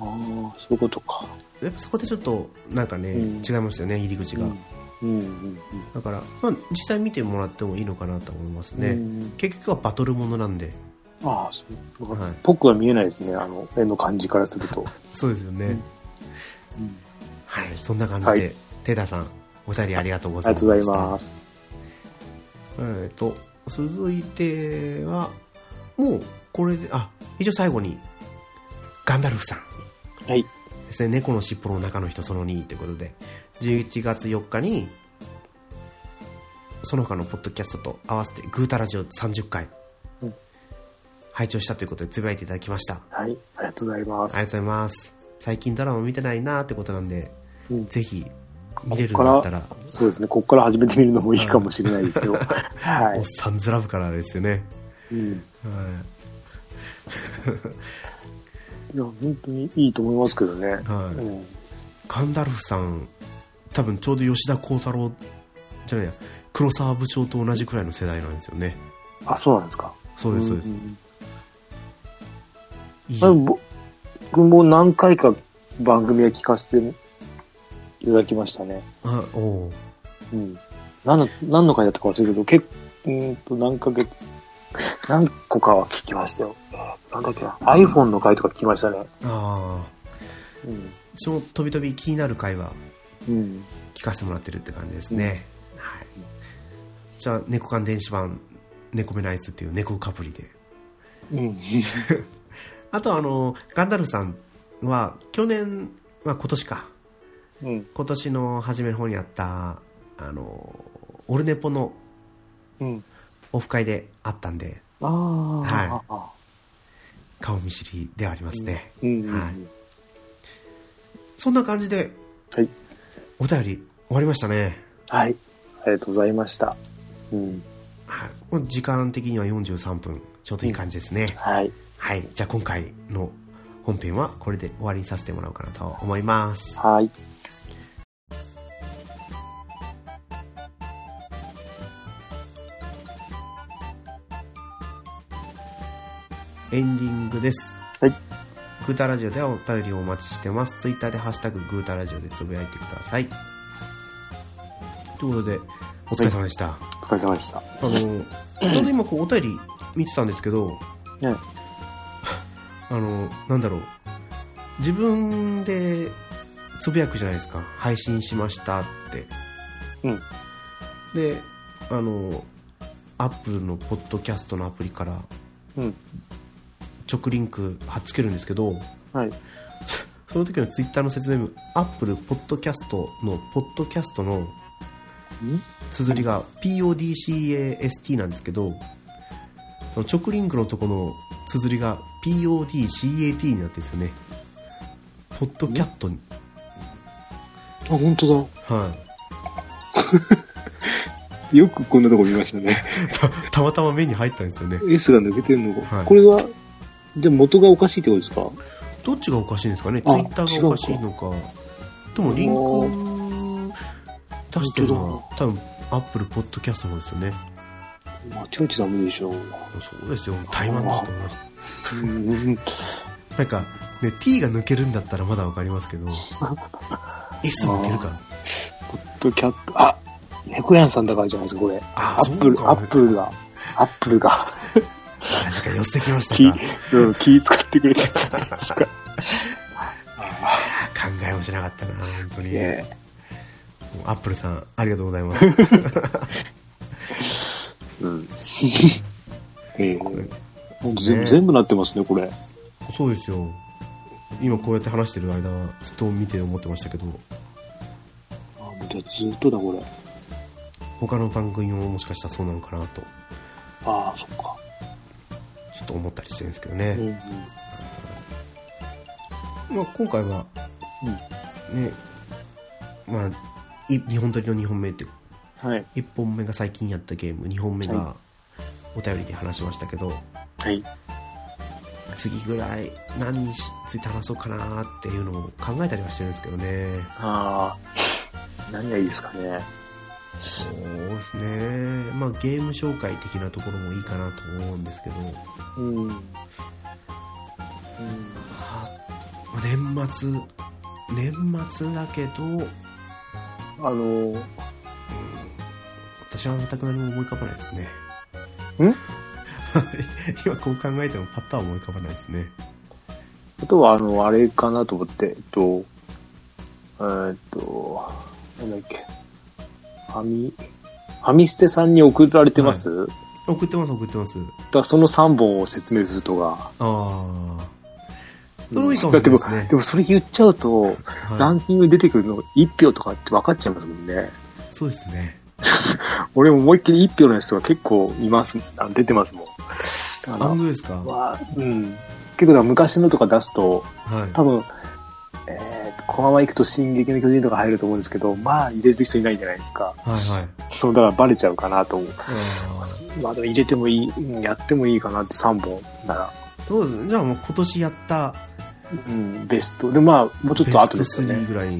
Speaker 2: ああ、そういうことか。
Speaker 1: そうなんだやっぱそこでちょっとなんかね、
Speaker 2: うん
Speaker 1: 違いますよね入り口が、
Speaker 2: うん、うん、うん
Speaker 1: だから、まあ、実際見てもらってもいいのかなと思います
Speaker 2: うん。
Speaker 1: ね、
Speaker 2: うん
Speaker 1: 結局はバトルものなんで、
Speaker 2: ああ、そう。だから
Speaker 1: はい
Speaker 2: 僕は見えないですね、あの、絵の感じからすると。
Speaker 1: そうですよね、
Speaker 2: う
Speaker 1: [laughs]
Speaker 2: んうん
Speaker 1: はいそんな感じで、
Speaker 2: はい
Speaker 1: テータさんお便りありがとうご
Speaker 2: あり
Speaker 1: ざいました
Speaker 2: がとうございます。
Speaker 1: えーと続いてはもうこれであ一応最後にガンダルフさん
Speaker 2: はい。
Speaker 1: ですね猫の尻尾の中の人その2ということで11月4日にその他のポッドキャストと合わせてグータラジオ30回
Speaker 2: うん
Speaker 1: 拝聴したということでつぶやいていただきました
Speaker 2: はい。ありがとうございま
Speaker 1: ありがとうご
Speaker 2: す。
Speaker 1: ざいます最近ドラマ見てないなーってことなんで
Speaker 2: うん
Speaker 1: ぜひ見れるんだったら
Speaker 2: そうですね、ここから始めてみるのもいいかもしれないですよ。は
Speaker 1: おっ
Speaker 2: い。
Speaker 1: さんずラブからですよね
Speaker 2: うん
Speaker 1: はい
Speaker 2: いや、本当にいいと思いますけどね。
Speaker 1: はい
Speaker 2: うん、
Speaker 1: ガンダルフさん多分ちょうど吉田鋼太郎じゃないや黒沢部長と同じくらいの世代なんですよね
Speaker 2: あ、そうなんですか。
Speaker 1: そうですそうです、
Speaker 2: んん
Speaker 1: いい
Speaker 2: まあぼ僕も何回か番組は聞かせていただきましたね。
Speaker 1: あおう
Speaker 2: うん。何の、何の回だったか忘れるけど、結構、うーんと何ヶ月、何個かは聞きましたよ。なんだっけな。iPhone の回とか聞きましたね。
Speaker 1: ああ
Speaker 2: うん。
Speaker 1: そのとびとび気になる回は
Speaker 2: うん。
Speaker 1: 聞かせてもらってるって感じですね、はいじゃあ猫缶電子版猫目のあいつっていう猫かぶりで
Speaker 2: うん。
Speaker 1: あとあのガンダルフさんは去年、まあ、今年か
Speaker 2: うん。
Speaker 1: 今年の初めの方にあったあのオルネポの
Speaker 2: うん。
Speaker 1: オフ会であったんで
Speaker 2: ああ。
Speaker 1: はい
Speaker 2: あ
Speaker 1: 顔見知りではありますね、
Speaker 2: ー。うん。
Speaker 1: はいそんな感じで
Speaker 2: はい。
Speaker 1: お便り終わりましたね、
Speaker 2: はい。ありがとうございました。うん。
Speaker 1: はい、もう時間的には43分ちょうどいい感じですね、
Speaker 2: はい。
Speaker 1: はいじゃあ今回の本編はこれで終わりにさせてもらおうかなと思います
Speaker 2: はい。
Speaker 1: エンディングです
Speaker 2: はい
Speaker 1: グータラジオではお便りをお待ちしてますツイッターでハッシュタググータラジオでつぶやいてくださいということでお疲れ様でした、
Speaker 2: お疲れ様でした。
Speaker 1: あのちょうど今こうお便り見てたんですけど、 [laughs]
Speaker 2: ね
Speaker 1: あのなんだろう自分でつぶやくじゃないですか配信しましたって
Speaker 2: うん。
Speaker 1: であのアップルのポッドキャストのアプリから
Speaker 2: うん。
Speaker 1: 直リンク貼っつけるんですけど
Speaker 2: はい。
Speaker 1: その時のツイッターの説明文アップルポッドキャストのポッドキャストの綴りが PODCAST なんですけどその直リンクのとこの綴りが PODCAT になってるんですよねポッドキャットに
Speaker 2: あ、本当
Speaker 1: は
Speaker 2: だ。よくこんなとこ見ましたね。 [laughs]
Speaker 1: い [laughs] たたまたま目に入ったんですよね
Speaker 2: S が抜けてるのが。
Speaker 1: はい
Speaker 2: これは、でも元がおかしいってことですか
Speaker 1: どっちがおかしいんですかねツ
Speaker 2: あ
Speaker 1: イッターがおかしいのかでもリンク出してるの
Speaker 2: 本
Speaker 1: は多分アップルポッドキャストの方ですよね
Speaker 2: 間違えちゃダメでしょ。
Speaker 1: そうですよ台湾だと思いまし
Speaker 2: うん
Speaker 1: たなんかね T が抜けるんだったらまだわかります [laughs] けど S 抜けるから
Speaker 2: ポッドキャット、あ、猫やんさんだからじゃないですか、これ。
Speaker 1: あ
Speaker 2: アップル、
Speaker 1: そうか
Speaker 2: アップルが、アップルが、
Speaker 1: 確かに寄せてきました
Speaker 2: 気、
Speaker 1: か
Speaker 2: うん、気使ってくれてるじゃないで
Speaker 1: [laughs]
Speaker 2: すか。
Speaker 1: 考えもしなかったな本当に、
Speaker 2: ね
Speaker 1: アップルさんありがとうございます
Speaker 2: [laughs] うん。ええほん
Speaker 1: ね
Speaker 2: と全部、全部なってますね、これ。
Speaker 1: そうですよ今こうやって話してる間はずっと見て思ってましたけど
Speaker 2: あ、もうじゃあずっとだ、これ。
Speaker 1: 他の番組ももしかしたらそうなのかなとち
Speaker 2: ああ、そっか。
Speaker 1: ょっと思ったりしてるんですけどね、
Speaker 2: うんうん。
Speaker 1: まあ、今回は、ねまあ、い日本撮りの2本目って
Speaker 2: はい。
Speaker 1: 1本目が最近やったゲーム2本目が
Speaker 2: は
Speaker 1: お便りで話しましたけど、
Speaker 2: はい。
Speaker 1: 次ぐらい何について話そうかなっていうのを考えたりはしてるんですけどね
Speaker 2: ああ、何がいいですかね。
Speaker 1: そうですね、まあ、ゲーム紹介的なところもいいかなと思うんですけど、
Speaker 2: うん。うん。
Speaker 1: あ年末年末だけど
Speaker 2: あの、
Speaker 1: 私は全く何も思い浮かばないですね
Speaker 2: ん
Speaker 1: [laughs] 今こう考えてもパッとは思い浮かばないですね
Speaker 2: あとは、あの、あれかなと思って、えっと、えーっと、なんだっけ、ファミ、ファミステさんに送られてます、
Speaker 1: 送ってます送ってます
Speaker 2: だからその3本を説明するとか。
Speaker 1: ああそれもいいかも
Speaker 2: だっ
Speaker 1: してれ
Speaker 2: も
Speaker 1: ないですね
Speaker 2: でもそれ言っちゃうと、
Speaker 1: はい
Speaker 2: ランキングに出てくるの1票とかって分かっちゃいますもんね。
Speaker 1: そうですね
Speaker 2: 俺も思いっきり1票のやつとか結構います、あ出てますもん。だから、
Speaker 1: あ本当ですか
Speaker 2: まあ、うん。結構だから昔のとか出すと、
Speaker 1: はい
Speaker 2: 多分、えー、このまま行くと進撃の巨人とか入ると思うんですけど、まあ入れる人いないじゃないですか。
Speaker 1: はいはい
Speaker 2: そう、だからバレちゃうかなと思う。
Speaker 1: あー
Speaker 2: まあでも入れてもいい、うんやってもいいかなって3本なら。
Speaker 1: そうですねじゃあもう今年やった
Speaker 2: うん、ベスト。で、まあ、もうちょっと後
Speaker 1: ベ
Speaker 2: で
Speaker 1: ス
Speaker 2: す
Speaker 1: ト
Speaker 2: よ
Speaker 1: 3
Speaker 2: ね。
Speaker 1: ぐらいに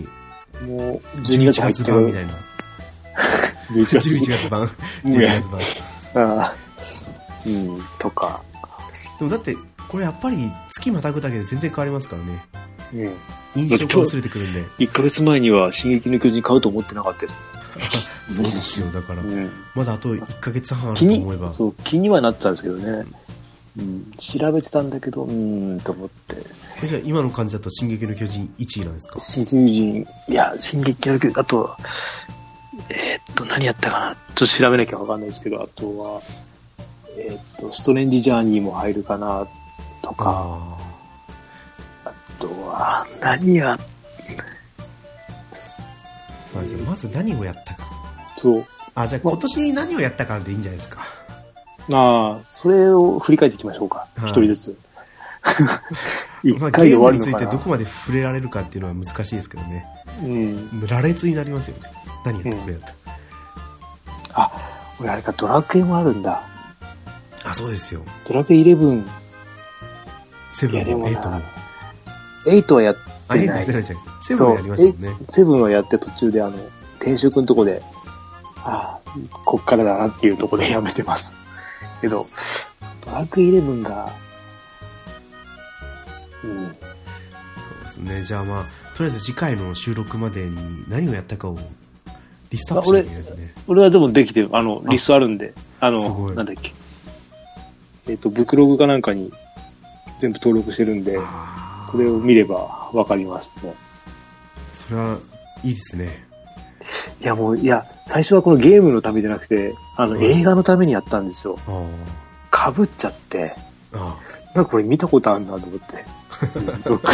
Speaker 2: もう、12
Speaker 1: 11
Speaker 2: 月入っ
Speaker 1: 月
Speaker 2: て
Speaker 1: 版
Speaker 2: も
Speaker 1: みたいな
Speaker 2: 11
Speaker 1: 11
Speaker 2: 月。
Speaker 1: 月
Speaker 2: [laughs]
Speaker 1: 版
Speaker 2: うん
Speaker 1: 11月版
Speaker 2: ああうん、とか。
Speaker 1: でもだってこれやっぱり月またぐだけで全然変わりますからね
Speaker 2: うん。
Speaker 1: 印象が薄れてくるんで
Speaker 2: 1ヶ月前には進撃の巨人買うと思ってなかったです。
Speaker 1: そうですよだから
Speaker 2: うん。
Speaker 1: まだあと1ヶ月半あ
Speaker 2: 気
Speaker 1: ると
Speaker 2: に
Speaker 1: 思えば、
Speaker 2: そう、気にはなってたんですけどね。うん、調べてたんだけど、うーん、と思って。
Speaker 1: えじゃあ今の感じだと「進撃の巨人」1位なんですか
Speaker 2: 進撃の巨人、いや、進撃の巨人、あと、えーっと、何やったかな。ちょっと調べなきゃわかんないですけど、あとは、えーっと、ストレンジジャーニーも入るかな、とか。
Speaker 1: あ
Speaker 2: あとは、何や、
Speaker 1: あそうですねまず何をやったか
Speaker 2: そう。
Speaker 1: あじゃあ今年何をやったかでいいんじゃないですか
Speaker 2: ああ、それを振り返っていきましょうか。
Speaker 1: はい
Speaker 2: 一人
Speaker 1: [laughs]
Speaker 2: ずつ。一
Speaker 1: まあ、
Speaker 2: 回
Speaker 1: ゲ
Speaker 2: で終
Speaker 1: ー
Speaker 2: わ
Speaker 1: ム
Speaker 2: る
Speaker 1: につ
Speaker 2: の
Speaker 1: い
Speaker 2: か
Speaker 1: て
Speaker 2: な
Speaker 1: ど。こまで触れられるかっていうのは難しいですけどね
Speaker 2: うん。
Speaker 1: 羅列になりますよね何やったこれやった、
Speaker 2: あ、俺あれか、ドラクエもあるんだ。
Speaker 1: あそうですよ
Speaker 2: ドラクエ11。
Speaker 1: セ
Speaker 2: い
Speaker 1: ブ
Speaker 2: や、
Speaker 1: ン
Speaker 2: で
Speaker 1: も
Speaker 2: も
Speaker 1: エイトも
Speaker 2: な、8はやっ
Speaker 1: あエ
Speaker 2: て
Speaker 1: イトや
Speaker 2: な
Speaker 1: って
Speaker 2: い。
Speaker 1: ないじゃんセブンもやりましたもんね
Speaker 2: セブンはやって途中で、あの、転職のとこで、ああ、こっからだなっていうとこでやめてます。けど、ドラクエ11が、う
Speaker 1: そ
Speaker 2: ん、
Speaker 1: うですねじゃあまあとりあえず次回の収録までに何をやったかをリストアップしなきゃいけないですね
Speaker 2: 俺はでもできてる。あの、
Speaker 1: あ
Speaker 2: リストあるんで。あ
Speaker 1: すご
Speaker 2: の、
Speaker 1: い
Speaker 2: なんだっけ。えっ、と、ブクログかなんかに全部登録してるんで、
Speaker 1: あー
Speaker 2: それを見ればわかりますね。
Speaker 1: それはいいですね
Speaker 2: いや、もう、いや、最初はこのゲームのためじゃなくて、あの、
Speaker 1: うん
Speaker 2: 映画のためにやったんですよ。
Speaker 1: あ
Speaker 2: かぶっちゃって、
Speaker 1: あああ
Speaker 2: なんかこれ見たことあるなと思って。うんどっか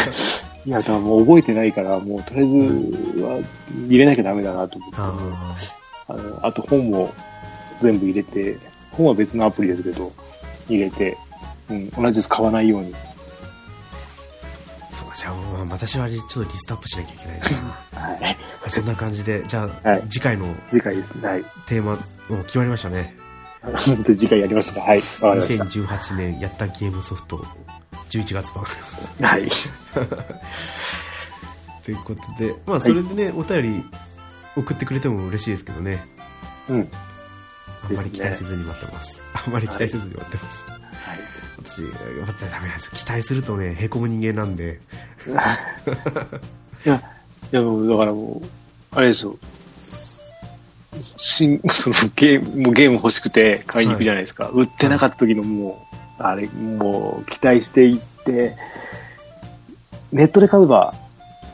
Speaker 2: いや、だからもう覚えてないから、もうとりあえずは入れなきゃダメだなと思って。
Speaker 1: あ
Speaker 2: あの、あと本も全部入れて、本は別のアプリですけど、入れて、うん、同じです買わないように。
Speaker 1: あそうかじゃあまあ私はちょっとリストアップしなきゃいけない
Speaker 2: [laughs] はい。
Speaker 1: なそんな感じでじゃあ、
Speaker 2: はい
Speaker 1: 次回の
Speaker 2: 次回ですね。はい。 [laughs]
Speaker 1: テーマもう決まりましたね
Speaker 2: 本当に次回やりますかはい。わかりまし
Speaker 1: 2018年やったゲームソフト11月版
Speaker 2: た。はい。
Speaker 1: ということでまあそれでね、お便り送ってくれても嬉しいですけどね。
Speaker 2: うん。
Speaker 1: あんまり期待せずに待ってます。あんまり期待せずに待ってます。
Speaker 2: はい。
Speaker 1: 私、またダメなんですよ。期待するとね、凹む人間なんで。
Speaker 2: いや、いやもうだからもう、あれですよ。新、 [laughs] そのゲーム、もうゲーム欲しくて買いに行くじゃないですか。売ってなかった時のもう、あれ、もう期待していって、ネットで買えば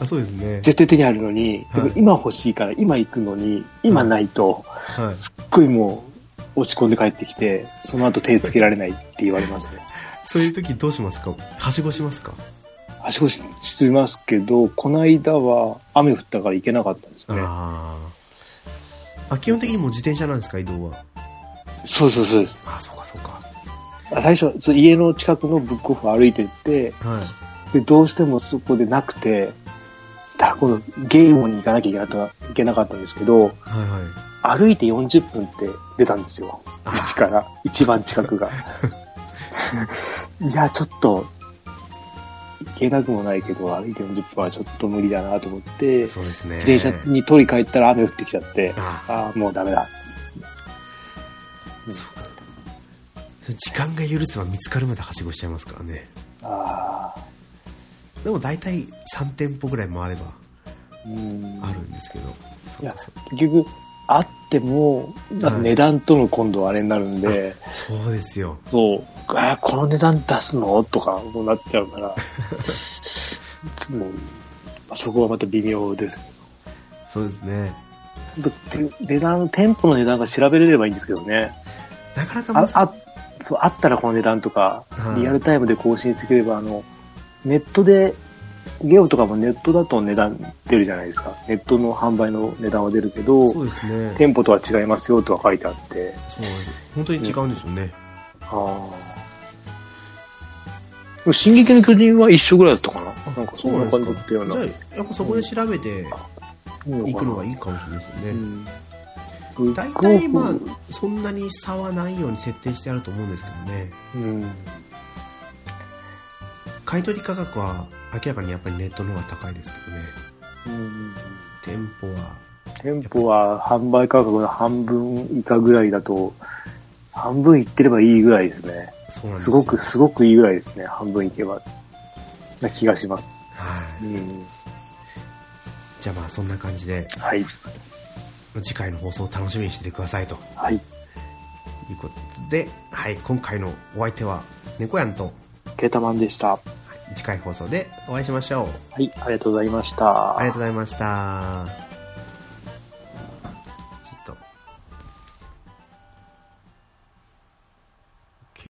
Speaker 1: あ、そうですね。
Speaker 2: 絶対手にあるのに、
Speaker 1: はい
Speaker 2: でも今欲しいから今行くのに、今ないと、
Speaker 1: はい。
Speaker 2: すっごいもう落ち込んで帰ってきて、その後手つけられないって言われましたね。
Speaker 1: そういう時どうしますかはしごしますか
Speaker 2: 足腰しますけど、この間は雨降ったから行けなかったんですよね。
Speaker 1: あーあ。基本的にもう自転車なんですか移動は。
Speaker 2: そうそうそうです。
Speaker 1: あー、そうかそうか。
Speaker 2: 最初、そう家の近くのブックオフ歩いてって、
Speaker 1: はい。
Speaker 2: で、どうしてもそこでなくて、だからこのゲームに行かなきゃいけなかったいけなかったんですけ
Speaker 1: は
Speaker 2: ど、
Speaker 1: いはい。
Speaker 2: 歩いて40分って出たんですよ。
Speaker 1: あ
Speaker 2: うちから、一番近くが。いや、ちょっと、行けなくもないけど、歩いて40分はちょっと無理だなと思って、
Speaker 1: そうですね。
Speaker 2: 自転車に取り帰ったら雨降ってきちゃって、
Speaker 1: あー
Speaker 2: ああ、もうダメだ。
Speaker 1: 時間が許せば見つかるまではしごしちゃいますからね。
Speaker 2: ああ、
Speaker 1: でも大体3店舗ぐらい回れば
Speaker 2: うん。
Speaker 1: あるんですけど。
Speaker 2: いや
Speaker 1: そうか
Speaker 2: 結局、あっても、なんか値段との今度はあれになるんで、
Speaker 1: そうそうですよ。
Speaker 2: そう、あーこの値段出すのとか、もうなっちゃうから、もう、まあそこはまた微妙です
Speaker 1: そうですね。
Speaker 2: けど。て値段、店舗の値段が調べれればいいんですけどね。
Speaker 1: なかなか
Speaker 2: あ
Speaker 1: 難、しい。
Speaker 2: あ、そう、あったらこの値段とか
Speaker 1: は、い
Speaker 2: リアルタイムで更新してくれば、あの、ネットで、ゲオとかもネットだと値段出るじゃないですか。ネットの販売の値段は出るけど
Speaker 1: そ、うですね。
Speaker 2: 店舗とは違いますよとは書いてあって、
Speaker 1: そう本当に違うんですよね。
Speaker 2: ああ。進撃の巨人は一緒ぐらいだったかななんかそんな感じだったような。
Speaker 1: じゃあ、やっぱそこで調べて行くのがいいかもしれないですよね。
Speaker 2: うん
Speaker 1: 大体まあ、そんなに差はないように設定してあると思うんですけどね。
Speaker 2: うん。
Speaker 1: 買い取り価格は明らかにやっぱりネットの方が高いですけどね。
Speaker 2: うん
Speaker 1: 店舗は。
Speaker 2: 店舗は販売価格の半分以下ぐらいだと、半分いってればいいぐらいですね。
Speaker 1: そうなんです
Speaker 2: す
Speaker 1: よ
Speaker 2: ごく、すごくいいぐらいですね。半分いけば。な気がします。
Speaker 1: はい。
Speaker 2: うん。
Speaker 1: じゃあまあそんな感じで、
Speaker 2: はい。
Speaker 1: 次回の放送を楽しみにしててくださいと
Speaker 2: はい。
Speaker 1: いうことで、はい、今回のお相手は猫やんと、
Speaker 2: ケータマンでした。は
Speaker 1: 次回放送でお会いしましょう。
Speaker 2: い。ありがとうございました。
Speaker 1: ありがとうございました。